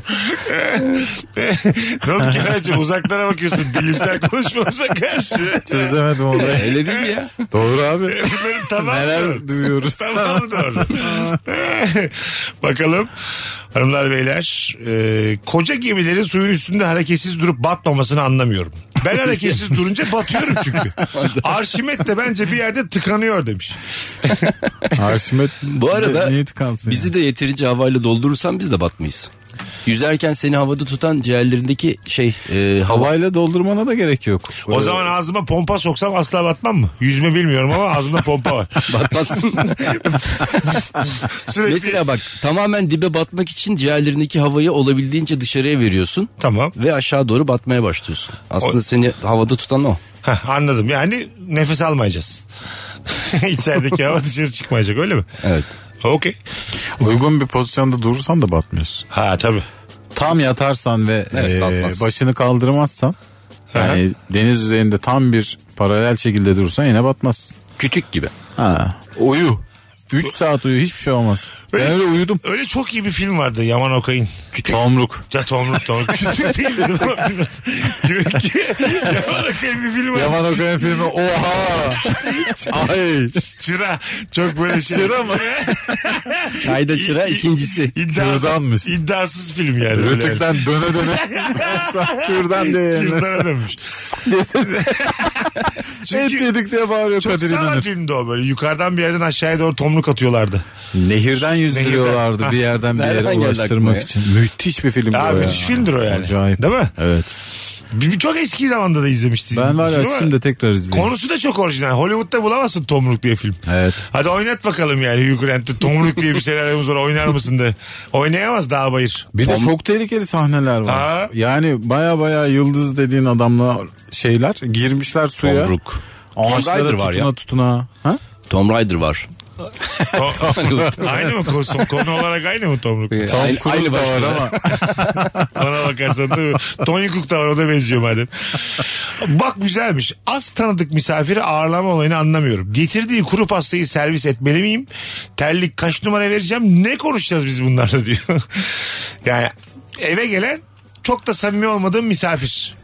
ne oldu Kemal'cim uzaklara bakıyorsun bilimsel konuşmamıza karşı.
Çözemedim olayı.
Öyle değil mi ya?
Doğru abi.
Bunların tamamı
Neler duyuyoruz.
Tamam doğru. Bakalım hanımlar beyler e, koca gemilerin suyun üstünde hareketsiz durup batmamasını anlamıyorum. Ben hareketsiz durunca batıyorum çünkü. Arşimet de bence bir yerde tıkanıyor demiş.
Arşimet
Bu arada
niye tıkansın
bizi
ya?
de yeterince havayla doldurursan biz de batmayız. Yüzerken seni havada tutan ciğerlerindeki şey e, hava
Havayla doldurmana da gerek yok.
O zaman ağzıma pompa soksam asla batmam mı? Yüzme bilmiyorum ama ağzımda pompa var.
batmazsın.
Sürekli
Mesela bak tamamen dibe batmak için ciğerlerindeki havayı olabildiğince dışarıya veriyorsun
tamam.
ve aşağı doğru batmaya başlıyorsun. Aslında
O-
seni havada tutan o.
Heh, anladım. Yani nefes almayacağız. İçerideki hava dışarı çıkmayacak öyle mi?
Evet.
Okey.
Uygun bir pozisyonda durursan da batmıyorsun.
Ha tabii.
tam yatarsan ve
Evet,
e,
kalkmaz.
başını kaldırmazsan yani deniz üzerinde tam bir paralel şekilde durursan yine batmazsın.
Kütük gibi.
Ha. Uyu. 3 saat uyu hiçbir şey olmaz. Ben öyle uyudum.
Öyle çok iyi bir film vardı Yaman Okay'ın.
Tomruk.
Ya Tomruk Tomruk. Küçük değil mi? Yok ki. Yaman Okay'ın bir film vardı.
Yaman Okuy'un filmi oha. Ay.
Çıra. Çok böyle şey.
Çıra mı?
Çayda çıra ikincisi.
İddiasız,
Kürdanmış.
iddiasız film yani. Böyle
Rütükten döne döne. Kürdan diye
yani.
yerine.
Yıldana dönmüş.
Et
Çünkü
yedik diye bağırıyor
çok
Kadir
sağlam
İnanır.
filmdi o böyle. Yukarıdan bir yerden aşağıya doğru tomruk atıyorlardı.
Nehirden yüzdürüyorlardı bir yerden bir
Nereden
yere
geldi aklıma ya?
ulaştırmak için. Müthiş bir film bu
Abi
ya.
müthiş filmdir o yani.
Acayip.
Değil mi?
Evet.
Bir, bir çok eski zamanda da izlemiştik.
Ben var ya
Değil mi?
açayım da tekrar izleyeyim.
Konusu da çok orijinal. Hollywood'da bulamazsın Tomruk diye film.
Evet.
Hadi oynat bakalım yani Hugh Grant'te Tomruk diye bir senaryomuz var oynar mısın de. Oynayamaz daha bayır.
Bir de çok tehlikeli sahneler var.
Ha?
Yani baya baya yıldız dediğin adamla şeyler girmişler suya.
Tomruk. Tom
Ağaçlara
Rider var
tutuna
ya.
tutuna. Ha?
Tom Rider var.
O- aynı mı konu, konu olarak aynı mı Tomruk?
aynı, aynı başlığı.
Ona bakarsan değil mi? Tony Cook da var o da benziyor madem. Bak güzelmiş. Az tanıdık misafiri ağırlama olayını anlamıyorum. Getirdiği kuru pastayı servis etmeli miyim? Terlik kaç numara vereceğim? Ne konuşacağız biz bunlarla diyor. yani eve gelen çok da samimi olmadığım misafir.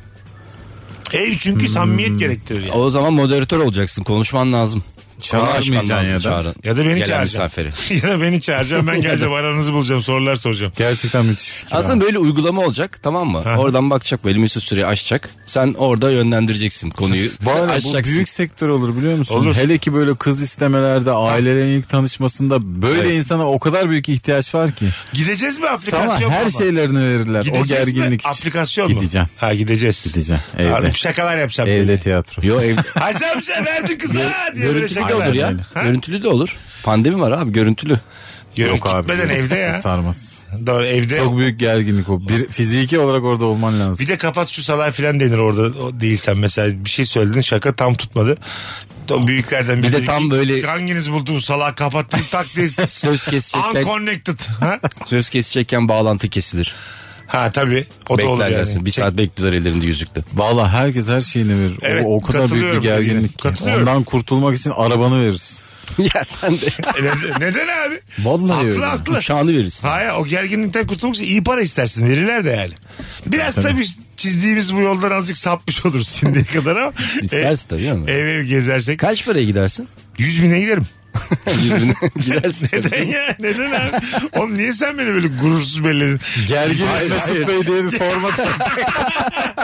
Ev çünkü samimiyet gerektirir. yani.
O zaman moderatör olacaksın. Konuşman lazım.
Çağırmayacaksın ya da.
Ya da beni
Gelen
çağıracaksın.
misafiri.
ya da beni çağıracağım ben geleceğim aranızı bulacağım sorular soracağım.
Gerçekten müthiş fikir.
Aslında böyle uygulama olacak tamam mı? Oradan bakacak böyle mesut süreyi açacak. Sen orada yönlendireceksin konuyu.
Bu arada bu
açacaksın.
büyük sektör olur biliyor musun?
Olur.
Hele ki böyle kız istemelerde, ailelerin ilk tanışmasında böyle insana o kadar büyük ihtiyaç var ki.
Gideceğiz mi aplikasyon
Sana
mu
her
ama?
şeylerini verirler
Gideceğiz
o gerginlik
mi?
için.
Aplikasyon mu?
Gideceğim.
Ha gideceğiz.
Gideceğim evde.
Artık şakalar yapacağım.
Evde tiyatro.
Yo ev...
Hacı amca verdi kıza diye böyle
Görüntülü de
şakalar.
olur ya. Görüntülü de olur. Pandemi var abi görüntülü.
Yok, gitmeden evde ya.
Kurtarmaz.
Doğru evde.
Çok büyük gerginlik o. Bir, fiziki olarak orada olman lazım.
Bir de kapat şu salay filan denir orada o değilsen mesela bir şey söyledin şaka tam tutmadı. O büyüklerden biri
Bir de
dedi
tam
ki,
böyle-
hanginiz buldu bu salağı kapattın tak diye
Söz kesecekken,
unconnected. Ha?
söz kesecekken bağlantı kesilir.
ha tabii o da olur
Beklerlersin.
yani.
Bir saat bekliyorlar ellerinde yüzükle.
Valla herkes her şeyini verir. O-
Evet,
o, kadar büyük bir
katılıyorum dediğine.
gerginlik ki.
Katılıyorum.
Ondan kurtulmak için arabanı verirsin.
ya sen de.
E, neden- neden abi?
Vallahi
haklı,
öyle.
Haklı
Uçağını verirsin.
Hayır o gerginlikten kurtulmak için iyi para istersin. Verirler de yani. Biraz tabii çizdiğimiz bu yoldan azıcık sapmış oluruz şimdiye kadar ama.
İstersin tabii ama.
E, Ev ev gezersek.
Kaç paraya gidersin?
100 bine giderim.
Yüz bine gidersin.
Neden ya? Neden abi? Oğlum niye sen beni böyle gurursuz belledin?
Gergin
Hayır,
Mesut
hayır.
Bey diye bir format yapacak.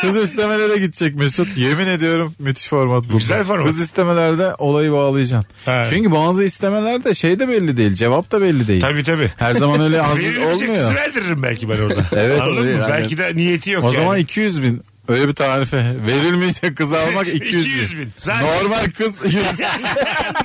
Kız istemelere gidecek Mesut. Yemin ediyorum müthiş format bu.
Güzel format.
Kız istemelerde olayı bağlayacaksın.
Ha.
Çünkü bazı istemelerde şey de belli değil. Cevap da belli değil.
Tabii tabii.
Her zaman öyle hazır
Verilmeyecek kızı
olmuyor.
verdiririm belki ben orada.
Evet,
Anladın
tabii,
mı?
aynen.
Belki de niyeti yok
O
yani.
zaman 200 bin. Öyle bir tarife. Verilmeyecek kızı almak 200,
200 bin.
bin.
Zaten-
Normal kız 100.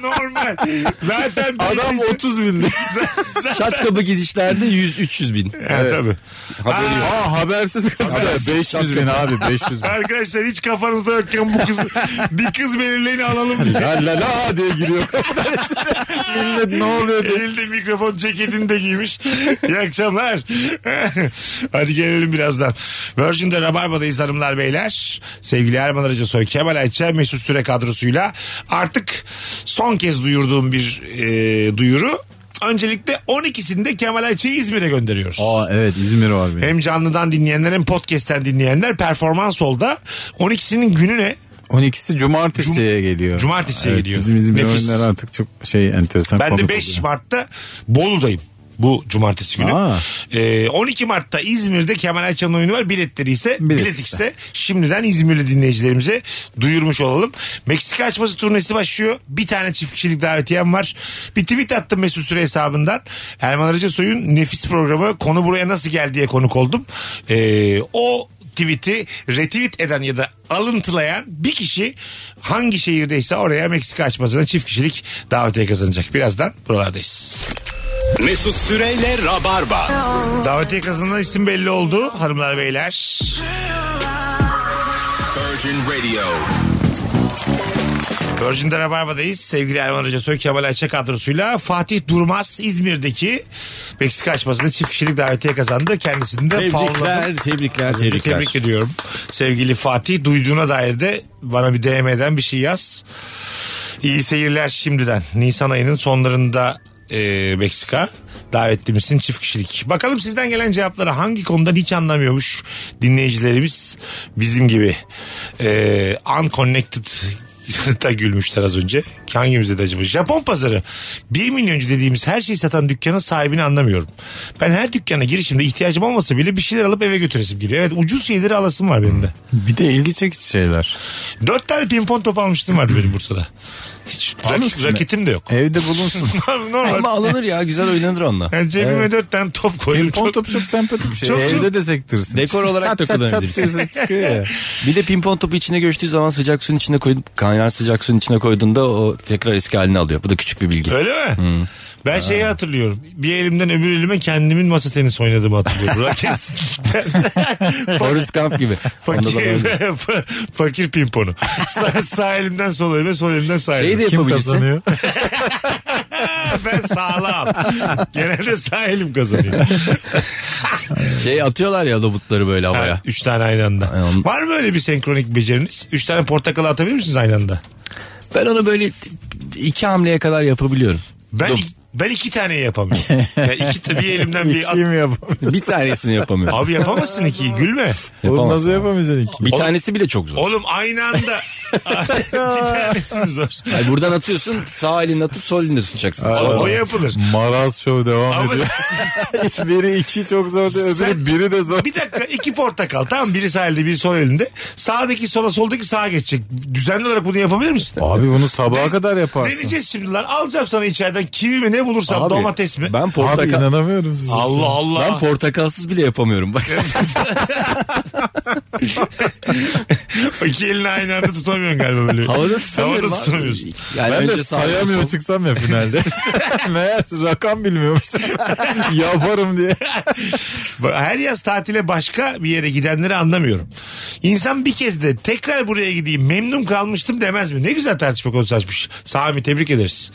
Normal. Zaten
Adam 30 bin.
Şatkabı gidişlerde 100-300 bin.
Evet. Tabii.
Haberi yok. Aa, habersiz kız.
Habersiz.
500 bin abi 500 bin.
Arkadaşlar hiç kafanızda yokken bu kız bir kız belirleyin alalım diye.
La la la diye giriyor. Millet ne oluyor diye.
Elinde mikrofon ceketini de giymiş. İyi akşamlar. Hadi gelelim birazdan. Virgin'de Rabarba'dayız hanımlar beyler. Sevgili Erman Arıca Soy, Kemal Ayça, Mesut Süre kadrosuyla artık son kez duyurduğum bir e, duyuru. Öncelikle 12'sinde Kemal Ayça'yı İzmir'e gönderiyoruz.
Aa evet İzmir var benim.
Hem canlıdan dinleyenler hem podcast'ten dinleyenler performans olda 12'sinin günü ne?
12'si cumartesiye geliyor.
Cumartesiye gidiyor.
Bizim İzmir
Nefis.
oyunları artık çok şey enteresan.
Ben de
konuk
5
oluyor.
Mart'ta Bolu'dayım. Bu cumartesi günü.
Aa.
Ee, 12 Mart'ta İzmir'de Kemal Ayça'nın oyunu var. Biletleri ise
Bilet
Bilet X'te. Şimdiden İzmirli dinleyicilerimize duyurmuş olalım. Meksika açması turnesi başlıyor. Bir tane çift kişilik davetiyem var. Bir tweet attım Mesut Süre hesabından. Erman Arıca Soy'un nefis programı Konu Buraya Nasıl Geldi diye konuk oldum. Ee, o tweet'i retweet eden ya da alıntılayan bir kişi hangi şehirdeyse oraya Meksika açmasına çift kişilik davetiye kazanacak. Birazdan buralardayız.
Mesut Süreyle Rabarba.
Davetiye kazanan isim belli oldu hanımlar beyler.
Virgin Radio.
Virgin'de Rabarba'dayız. Sevgili Erman Hoca Soy Kemal Ayça kadrosuyla Fatih Durmaz İzmir'deki Meksika açmasında çift kişilik davetiye kazandı. Kendisini de favladım.
Tebrikler, tebrikler,
Tebrik,
tebrikler.
ediyorum. Sevgili Fatih duyduğuna dair de bana bir DM'den bir şey yaz. İyi seyirler şimdiden. Nisan ayının sonlarında e, Meksika davetlimizin çift kişilik. Bakalım sizden gelen cevapları hangi konudan hiç anlamıyormuş dinleyicilerimiz bizim gibi. E, unconnected da gülmüşler az önce. Hangimizde de acaba? Japon pazarı. 1 milyoncu dediğimiz her şeyi satan dükkanın sahibini anlamıyorum. Ben her dükkana girişimde ihtiyacım olmasa bile bir şeyler alıp eve götüresim geliyor. Evet ucuz şeyleri alasım var benim de.
Bir de ilgi çekici şeyler.
Dört tane pimpon top almıştım var benim Bursa'da. Hiç rak-
Almışsın.
raketim de yok.
Evde bulunsun.
Normal.
Ama alınır ya güzel oynanır onunla.
Yani cebime dört tane top koydum.
Pimpon
Çok-
topu çok sempatik bir şey.
Çok-
Evde de sektirsin.
Dekor olarak
Çat
da
çat çat
kullanabilirsin.
sesi çıkıyor ya.
Bir de pimpon topu içine göçtüğü zaman sıcak suyun içine koyup kaynar sıcak suyun içine koyduğunda o tekrar eski halini alıyor. Bu da küçük bir bilgi.
Öyle mi? Ben şeyi hatırlıyorum. Bir elimden öbür elime kendimin masa tenisi oynadığımı hatırlıyorum. Raket.
Forrest Gump gibi. Onda da
fakir,
böyle.
fakir pimponu. Sağ, sağ elimden sol elime, sol elimden sağ
Şey de
elime.
Kim
yapabilirsin.
kazanıyor?
Ben sağlam. Genelde sağ elim kazanıyor.
Şey atıyorlar ya lobutları böyle havaya.
Ha, üç tane aynı anda.
Aynen.
Var mı öyle bir senkronik beceriniz? Üç tane portakal atabilir misiniz aynı anda?
Ben onu böyle iki hamleye kadar yapabiliyorum.
Ben,
Dur.
ben iki tane yapamıyorum. ya iki, ta- bir elimden bir at.
Kim yapamıyor?
Bir tanesini yapamıyorum.
Abi yapamazsın ikiyi gülme.
Oğlum nasıl
Yapamazsın.
yapamayacaksın ki?
Bir tanesi bile çok zor.
Oğlum aynı anda. bir tanesi mi zor?
Yani buradan atıyorsun sağ elini atıp sol elini de tutacaksın.
O, o yapılır.
Maraz show devam
Ama
ediyor. Biri iki çok zor diyor.
Sen-
Öbürü biri de zor.
bir dakika iki portakal tamam biri sağ elde biri sol elinde. Sağdaki sola soldaki sağa geçecek. Düzenli olarak bunu yapabilir misin?
Abi bunu sabaha kadar yaparsın.
Deneyeceğiz şimdi lan. Alacağım sana içeriden kivi mi ne bulursam
Abi,
domates mi?
Ben
Abi
portakal...
inanamıyorum size.
Allah Allah.
Ben portakalsız bile yapamıyorum. Bak.
İki elini aynı anda tutamıyorsun galiba böyle.
Havada
Havada
tutamıyorum abi.
tutamıyorsun.
Yani
Ben de
sağ elini
sayamıyor
sol-
çıksam ya finalde. Meğer rakam bilmiyormuş. Yaparım diye.
Bak, Her yaz tatile başka bir yere gidenleri anlamıyorum. İnsan bir kez de tekrar buraya gideyim memnun kalmıştım demez mi? Ne güzel tartışma konusu açmış. Sami tebrik ederiz.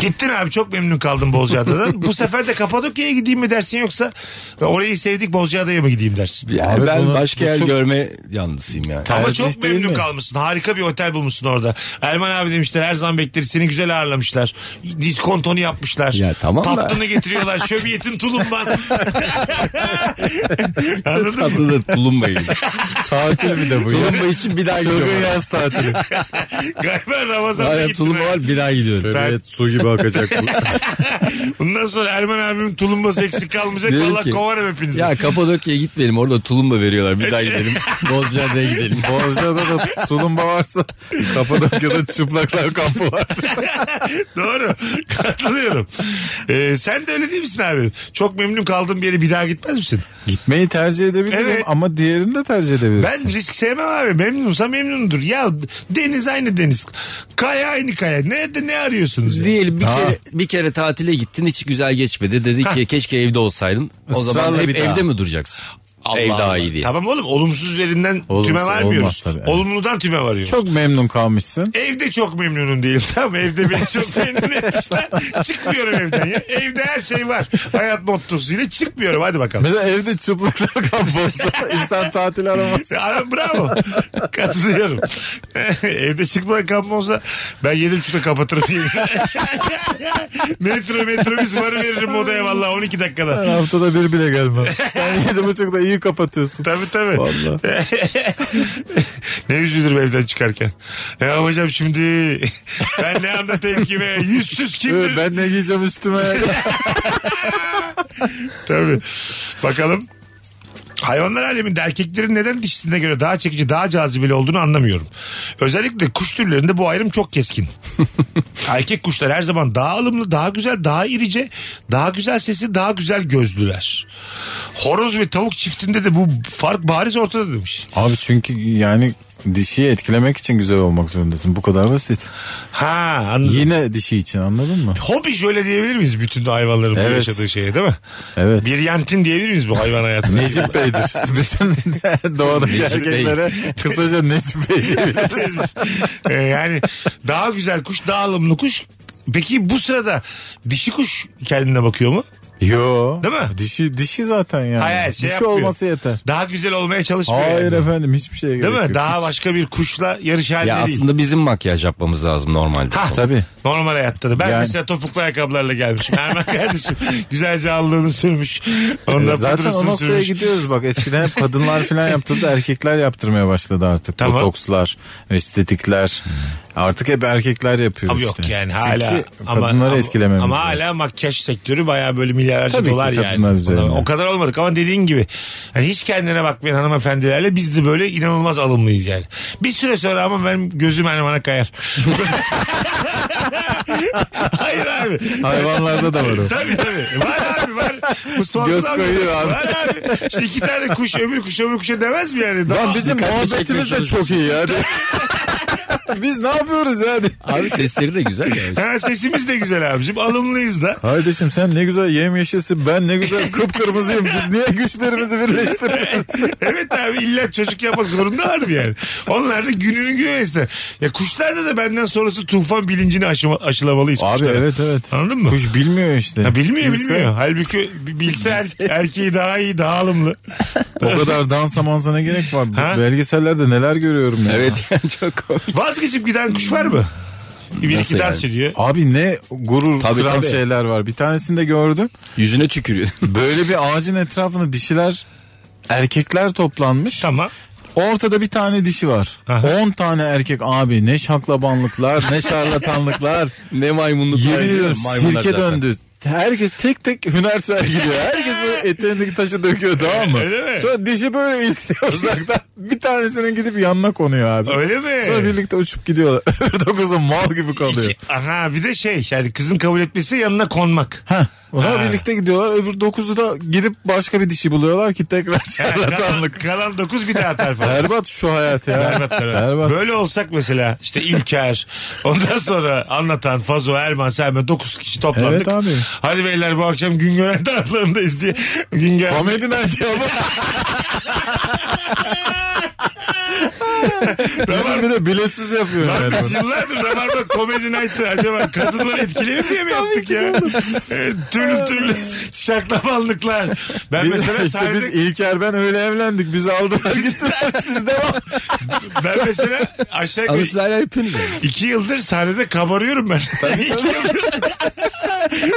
Gittin abi çok memnun kaldım Bozcaada'dan. Bu sefer de Kapadokya'ya gideyim mi dersin yoksa orayı sevdik Bozcaada'ya mı gideyim dersin?
Yani
Abi
ben
bunu-
başka
bu
yer
çok-
görme yanlısıyım yani.
Ama
Tercih
çok
değil
memnun
mi?
kalmışsın. Harika bir otel bulmuşsun orada. Erman abi demişler her zaman bekleriz. Seni güzel ağırlamışlar. Diskontonu yapmışlar.
Ya tamam da.
Tatlını getiriyorlar. Şöbiyetin tulumban. Anladın mı?
Tatlı da bulunmayın.
Tatil bir de bu.
Tulumba için bir daha gidiyorum.
Çılgın yaz tatili.
Galiba Ramazan'da
Hala
gittin.
tulumba
ha.
var bir daha gidiyorum.
Ben-
su gibi akacak bu.
Bundan sonra Erman abimin tulumbası eksik kalmayacak.
Dedim
Allah
ki,
kovarım hepinizi.
Ya Kapadokya'ya gitmeyelim orada tulumba veriyorlar bir daha gidelim. Bozcaada'ya gidelim.
Bozcaada da tulumba varsa Kapadokya'da çıplaklar kampı var.
Doğru. Katılıyorum. Ee, sen de öyle değil misin abi? Çok memnun kaldığın bir yere bir daha gitmez misin?
Gitmeyi tercih edebilirim
Evet.
ama diğerini de tercih edebilirsin.
Ben risk sevmem abi. Memnunsa memnundur. Ya deniz aynı deniz. Kaya aynı kaya. Nerede ne arıyorsunuz? Ya?
Diyelim bir kere bir kere tatile gittin hiç güzel geçmedi. Dedi ki keşke evde olsaydım. O zaman
Israrla
hep
bir daha.
evde mi duracaksın? Ev daha iyi diye.
Tamam oğlum olumsuz üzerinden
Olumsuz
tüme varmıyoruz.
olmaz tabii, evet.
Olumludan tüme varıyoruz.
Çok memnun kalmışsın.
Evde çok memnunum değilim tamam mı? Evde beni çok memnun etmişler. Çıkmıyorum evden ya. Evde her şey var. Hayat mottosuyla çıkmıyorum. Hadi bakalım.
Mesela evde çıplaklar kampı olsa insan tatil aramaz.
Ara, bravo. Katılıyorum. Evde çıkma kampı olsa ben yedim şurada kapatırım diye. metro metrobüs varı veririm odaya vallahi 12 dakikada.
Haftada bir bile gelmem. Sen yedi buçukta iyi kapatıyorsun.
Tabii tabii.
Vallahi.
ne üzülürüm evden çıkarken. Ya hocam şimdi ben ne anlatayım kime? Yüzsüz kimdir?
Evet, ben ne giyeceğim üstüme?
Tabii. Bakalım. Hayvanlar aleminde erkeklerin neden dişisine göre daha çekici, daha cazibeli olduğunu anlamıyorum. Özellikle kuş türlerinde bu ayrım çok keskin. Erkek kuşlar her zaman daha alımlı, daha güzel, daha irice, daha güzel sesi, daha güzel gözlüler. Horoz ve tavuk çiftinde de bu fark bariz ortada demiş.
Abi çünkü yani dişiyi etkilemek için güzel olmak zorundasın. Bu kadar basit.
Ha anladım.
Yine dişi için anladın mı?
Hobi şöyle diyebilir miyiz bütün hayvanların bu
Evet.
yaşadığı şeye değil mi?
Evet.
Bir yantin diyebilir miyiz bu hayvan hayatına?
Necip Bey Bey'dir. Bütün doğadaki erkeklere kısaca Necip Bey diyebiliriz.
Ee, yani daha güzel kuş, daha alımlı kuş. Peki bu sırada dişi kuş kendine bakıyor mu?
Yo.
Değil mi?
Dişi dişi zaten yani.
Hayır, hayır, şey
dişi
yapmıyor.
olması yeter.
Daha güzel olmaya çalışmıyor.
Hayır
yani.
efendim hiçbir şeye gerek
Değil mi?
yok.
Daha
Hiç.
başka bir kuşla yarış halinde
Ya
değil.
aslında bizim makyaj yapmamız lazım normalde.
Ha,
Tabii.
Normal hayatta da. Ben
Yani-
mesela topuklu ayakkabılarla gelmişim. Erman kardeşim güzelce allığını sürmüş. Onda
E, Zaten o
pudrasını
noktaya
sürmüş.
gidiyoruz bak eskiden hep kadınlar falan yaptırdı erkekler yaptırmaya başladı artık.
Tamam.
Botokslar, estetikler artık hep erkekler yapıyor
Abi
işte.
yok yani hala
Çünkü
ama,
kadınları
ama,
etkilememiz
ama
lazım.
hala makyaj sektörü bayağı böyle milyarlarca
Tabii ki
dolar yani.
kadınlar üzerinden.
O kadar olmadık ama dediğin gibi hani hiç kendine bakmayan hanımefendilerle biz de böyle inanılmaz alımlıyız yani. Bir süre sonra ama benim gözüm Erman'a kayar. Hayır abi.
Hayvanlarda da var o.
Tabii tabii. Var abi var. Bu sorgudan
Göz koyuyor abi.
Var abi. İşte iki tane kuş öbür kuş öbür kuşa demez mi yani?
Lan
Daha-
bizim muhabbetimiz de çok iyi yani. Biz ne yapıyoruz yani?
Abi sesleri de güzel ya.
Ha, sesimiz de güzel abicim. Alımlıyız da.
Kardeşim sen ne güzel yemyeşilsin ben ne güzel kıpkırmızıyım. Biz niye güçlerimizi birleştiriyoruz?
evet abi illa çocuk yapmak zorunda var mı yani? Onlar da gününü güne ister. Ya kuşlarda da benden sonrası tufan bilincini aşıma, aşılamalıyız.
Abi
kuşlara.
evet evet.
Anladın mı?
Kuş bilmiyor işte.
Ha, bilmiyor
Bilse-
bilmiyor. Halbuki bi- bilse er- erkeği daha iyi daha alımlı.
O kadar dansa mansa ne gerek var?
Ha?
Belgesellerde neler görüyorum ya.
evet yani çok komik.
Vazgeçip giden kuş var mı? Bir
Nasıl
iki dans
yani?
ediyor.
Abi ne gurur
Tabii,
kıran
tabii.
şeyler var. Bir tanesini de gördüm.
Yüzüne tükürüyor.
Böyle bir ağacın etrafında dişiler erkekler toplanmış.
Tamam.
Ortada bir tane dişi var.
Aha.
10 tane erkek abi ne şaklabanlıklar ne şarlatanlıklar.
ne maymunluk. var.
Yemin ediyorum
Maymunlar
sirke
zaten.
döndü. Herkes tek tek hüner sergiliyor. Herkes böyle eteğindeki taşı döküyor tamam mı?
Öyle mi?
Sonra dişi böyle istiyor uzaktan. Bir tanesinin gidip yanına konuyor abi.
Öyle mi?
Sonra birlikte uçup gidiyorlar. Öbür dokuzu mal gibi kalıyor.
İki- Aha bir de şey yani kızın kabul etmesi yanına konmak.
Heh. O zaman
Ha.
birlikte gidiyorlar. Öbür dokuzu da gidip başka bir dişi buluyorlar ki tekrar
Ha, kalan,
şarlatanlık.
kalan dokuz bir daha atar falan.
Berbat şu hayat ya.
Berbat, berbat.
Berbat.
Böyle olsak mesela işte İlker ondan sonra anlatan Fazo Erman Selman 9 kişi toplandık.
Evet abi.
Hadi beyler bu akşam Güngören taraflarındayız diye. Güngör
Komedi nerede ya? Bizim bir de biletsiz yapıyor.
Lan
yani.
biz yıllardır Rabarba Comedy Night'ı acaba kadınları etkilenir diye mi yaptık ya? Evet, türlü türlü şaklamanlıklar. Ben
Biz-
mesela
işte
sahnede-
biz İlker ben öyle evlendik. Bizi aldılar gittiler siz devam.
ben mesela aşağı
Ama
yukarı
siz hala yapıyorsunuz.
İki yıldır sahnede kabarıyorum ben. İki yıldır.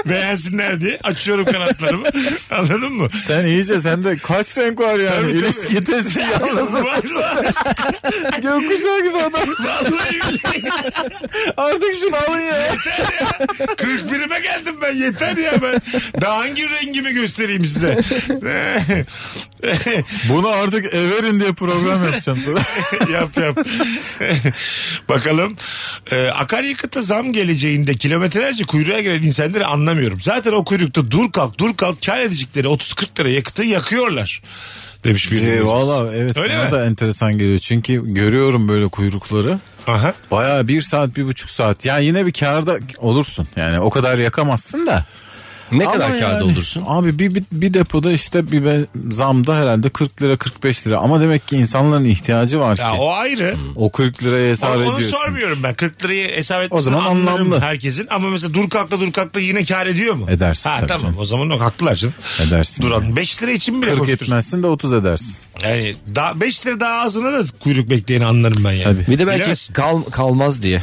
Beğensinler diye açıyorum kanatlarımı. Anladın mı?
Sen iyice sende kaç renk var yani.
Tabii, tabii.
İlişki tezi yalnız
Vallahi,
gökkuşağı gibi adam.
vallahi billahi.
Artık şunu alın ya.
41'ime geldim ben yeter ya ben. Daha hangi rengimi göstereyim size?
Bunu artık everin diye program yapacağım sana.
yap yap. Bakalım. Ee, akaryakıta zam geleceğinde kilometrelerce kuyruğa giren insanları anlamıyorum. Zaten o kuyrukta dur kalk dur kalk kar edecekleri 30-40 lira yakıtı yakıyorlar. Demiş bir
Ee, Valla evet
Öyle
bana
mi?
da enteresan geliyor. Çünkü görüyorum böyle kuyrukları.
Aha.
Bayağı bir saat bir buçuk saat. Yani yine bir kârda olursun. Yani o kadar yakamazsın da.
Ne
Ama
kadar kârda
yani,
olursun?
Abi bir, bir, bir depoda işte bir be- zamda herhalde 40 lira 45 lira. Ama demek ki insanların ihtiyacı var
Ya
ki.
o ayrı.
O, 40 liraya hesap
Onu, onu
ediyorsun.
sormuyorum ben. 40 lirayı hesap etmesini
O zaman
anlarım
anlamlı.
herkesin. Ama mesela dur kalkta dur kalkta yine kar ediyor mu?
Edersin
Ha
tabii
tamam
canım.
o zaman o haklılar canım.
Edersin.
Duran 5 lira için bile
40
koştursun.
etmezsin de 30 edersin.
Yani daha 5 lira daha ağzına da kuyruk bekleyeni anlarım ben yani.
Tabii.
Bir de belki
Bilemezsin.
kal, kalmaz diye.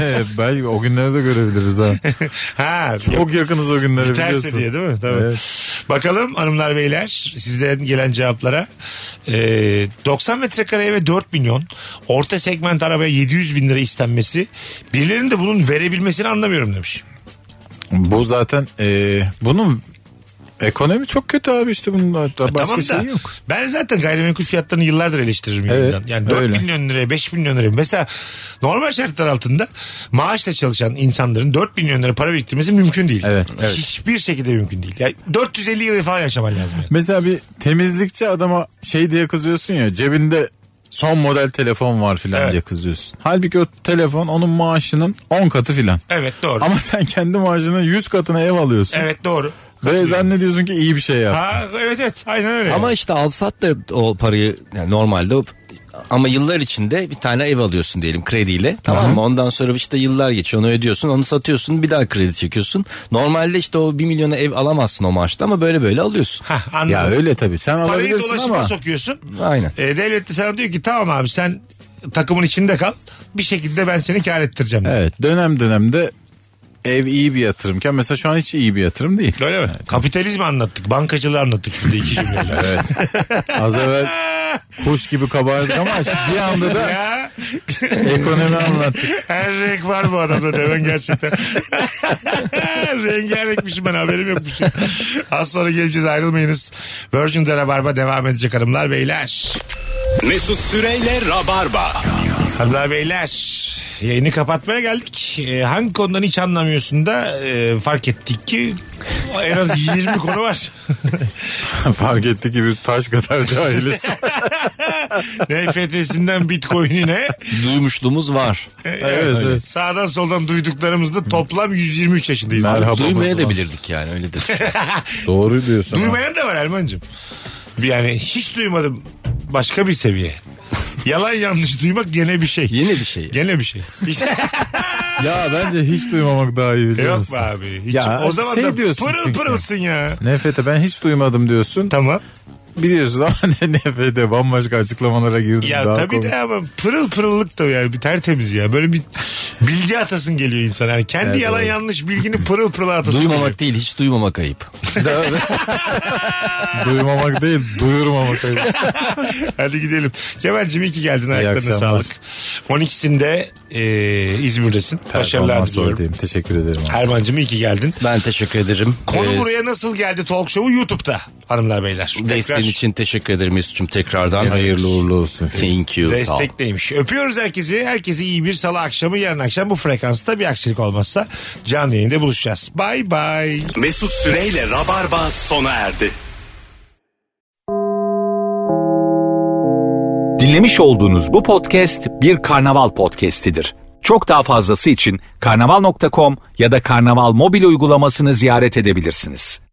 Evet, belki o günleri de görebiliriz ha.
Ha,
Çok yakınız o günlere
Ters
biliyorsun.
diye değil mi? Tabii. Bakalım hanımlar beyler sizden gelen cevaplara. Ee, 90 metrekare eve 4 milyon, orta segment arabaya 700 bin lira istenmesi. Birilerinin de bunun verebilmesini anlamıyorum demiş.
Bu zaten e, bunun ekonomi çok kötü abi işte bunun hatta başka
E, tamam da
şey yok.
ben zaten gayrimenkul fiyatlarını yıllardır eleştiririm.
Evet,
yayından. Yani 4
öyle.
milyon liraya 5 milyon liraya mesela normal şartlar altında maaşla çalışan insanların 4 milyon lira para biriktirmesi mümkün değil.
Evet, evet.
Hiçbir şekilde mümkün değil. Yani 450 yıl falan yaşaman lazım. yani.
Mesela bir temizlikçi adama şey diye kızıyorsun ya cebinde son model telefon var filan
Evet.
diye kızıyorsun. Halbuki o telefon onun maaşının 10 katı filan.
Evet doğru.
Ama sen kendi maaşının 100 katına ev alıyorsun.
Evet doğru.
Ve zannediyorsun ki iyi bir şey yaptın.
Ha, evet evet aynen öyle.
Ama işte alsat da o parayı yani normalde o- ama yıllar içinde bir tane ev alıyorsun diyelim krediyle tamam mı? Ondan sonra işte yıllar geçiyor onu ödüyorsun onu satıyorsun bir daha kredi çekiyorsun. Normalde işte o 1 milyona ev alamazsın o maaşta ama böyle böyle alıyorsun.
anladım.
Ya öyle tabii sen
Parayı
alabilirsin
dolaşıma
ama.
sokuyorsun.
Aynen.
E, devlet de sana diyor ki tamam abi sen takımın içinde kal. Bir şekilde ben seni kar ettireceğim.
Evet dönem dönemde ev iyi bir yatırımken mesela şu an hiç iyi bir yatırım değil.
Öyle mi? Kapitalizmi anlattık. Bankacılığı anlattık şurada iki cümleyle.
Evet. Az evvel kuş gibi kabardık ama bir anda da
ya
ekonomi anlattık.
her renk var bu adamda demen gerçekten. Rengarenkmişim ben haberim yokmuşum. Az sonra geleceğiz ayrılmayınız. Virgin'de Rabarba devam edecek hanımlar beyler.
Mesut Süreyle Rabarba.
Hanımlar beyler yayını kapatmaya geldik. Ee, hangi konudan hiç anlamıyorsun da e, fark ettik ki en az 20 konu var.
Fark etti ki bir taş kadar cahiliz.
NFT'sinden Bitcoin'ine
Duymuşluğumuz var.
evet, sağdan soldan duyduklarımızda toplam 123 yaşındayız.
Merhaba.
Duymaya da bilirdik yani öyledir.
Doğru diyorsun. ha.
Duymayan da var Erman'cığım. Bir Yani hiç duymadım başka bir seviye. Yalan yanlış duymak gene bir şey.
Yeni bir şey.
Gene bir şey.
Ya bence hiç duymamak daha iyi biliyor
Yok
musun?
be abi. Hiç.
Ya
o zaman
şey
da
diyorsun
pırıl
çünkü.
pırılsın ya.
Nefete ben hiç duymadım diyorsun.
Tamam.
Biliyorsun ama ne nefete bambaşka açıklamalara girdim.
Ya
daha
tabii
komik.
de ama pırıl pırıllık da yani bir tertemiz ya. Böyle bir bilgi atasın geliyor insan. Yani kendi yalan yanlış bilgini pırıl pırıl atasın. geliyor.
Duymamak değil hiç duymamak ayıp.
Duymamak değil duyurmamak.
Hadi gidelim. Kemal'cim iyi ki geldin. Ayaklarına
akşamlar.
sağlık. 12'sinde e, İzmir'desin. Başarılar
Performans
diliyorum.
oradayım. Teşekkür ederim. abi.
Erman'cım iyi ki geldin.
Ben teşekkür ederim.
Konu
Ee,
buraya nasıl geldi talk show'u YouTube'da hanımlar beyler.
Desteğin
Tekrar
için teşekkür ederim Mesut'cum tekrardan.
Hayırlı uğurlu olsun.
Thank you. Sağ ol.
destekleymiş. Öpüyoruz herkesi. Herkese iyi bir salı akşamı. Yarın akşam bu frekansta bir aksilik olmazsa canlı yayında buluşacağız. Bay bay.
Mesut Süreyle Rabarba sona erdi.
Dinlemiş olduğunuz bu podcast bir karnaval podcastidir. Çok daha fazlası için karnaval.com ya da karnaval mobil uygulamasını ziyaret edebilirsiniz.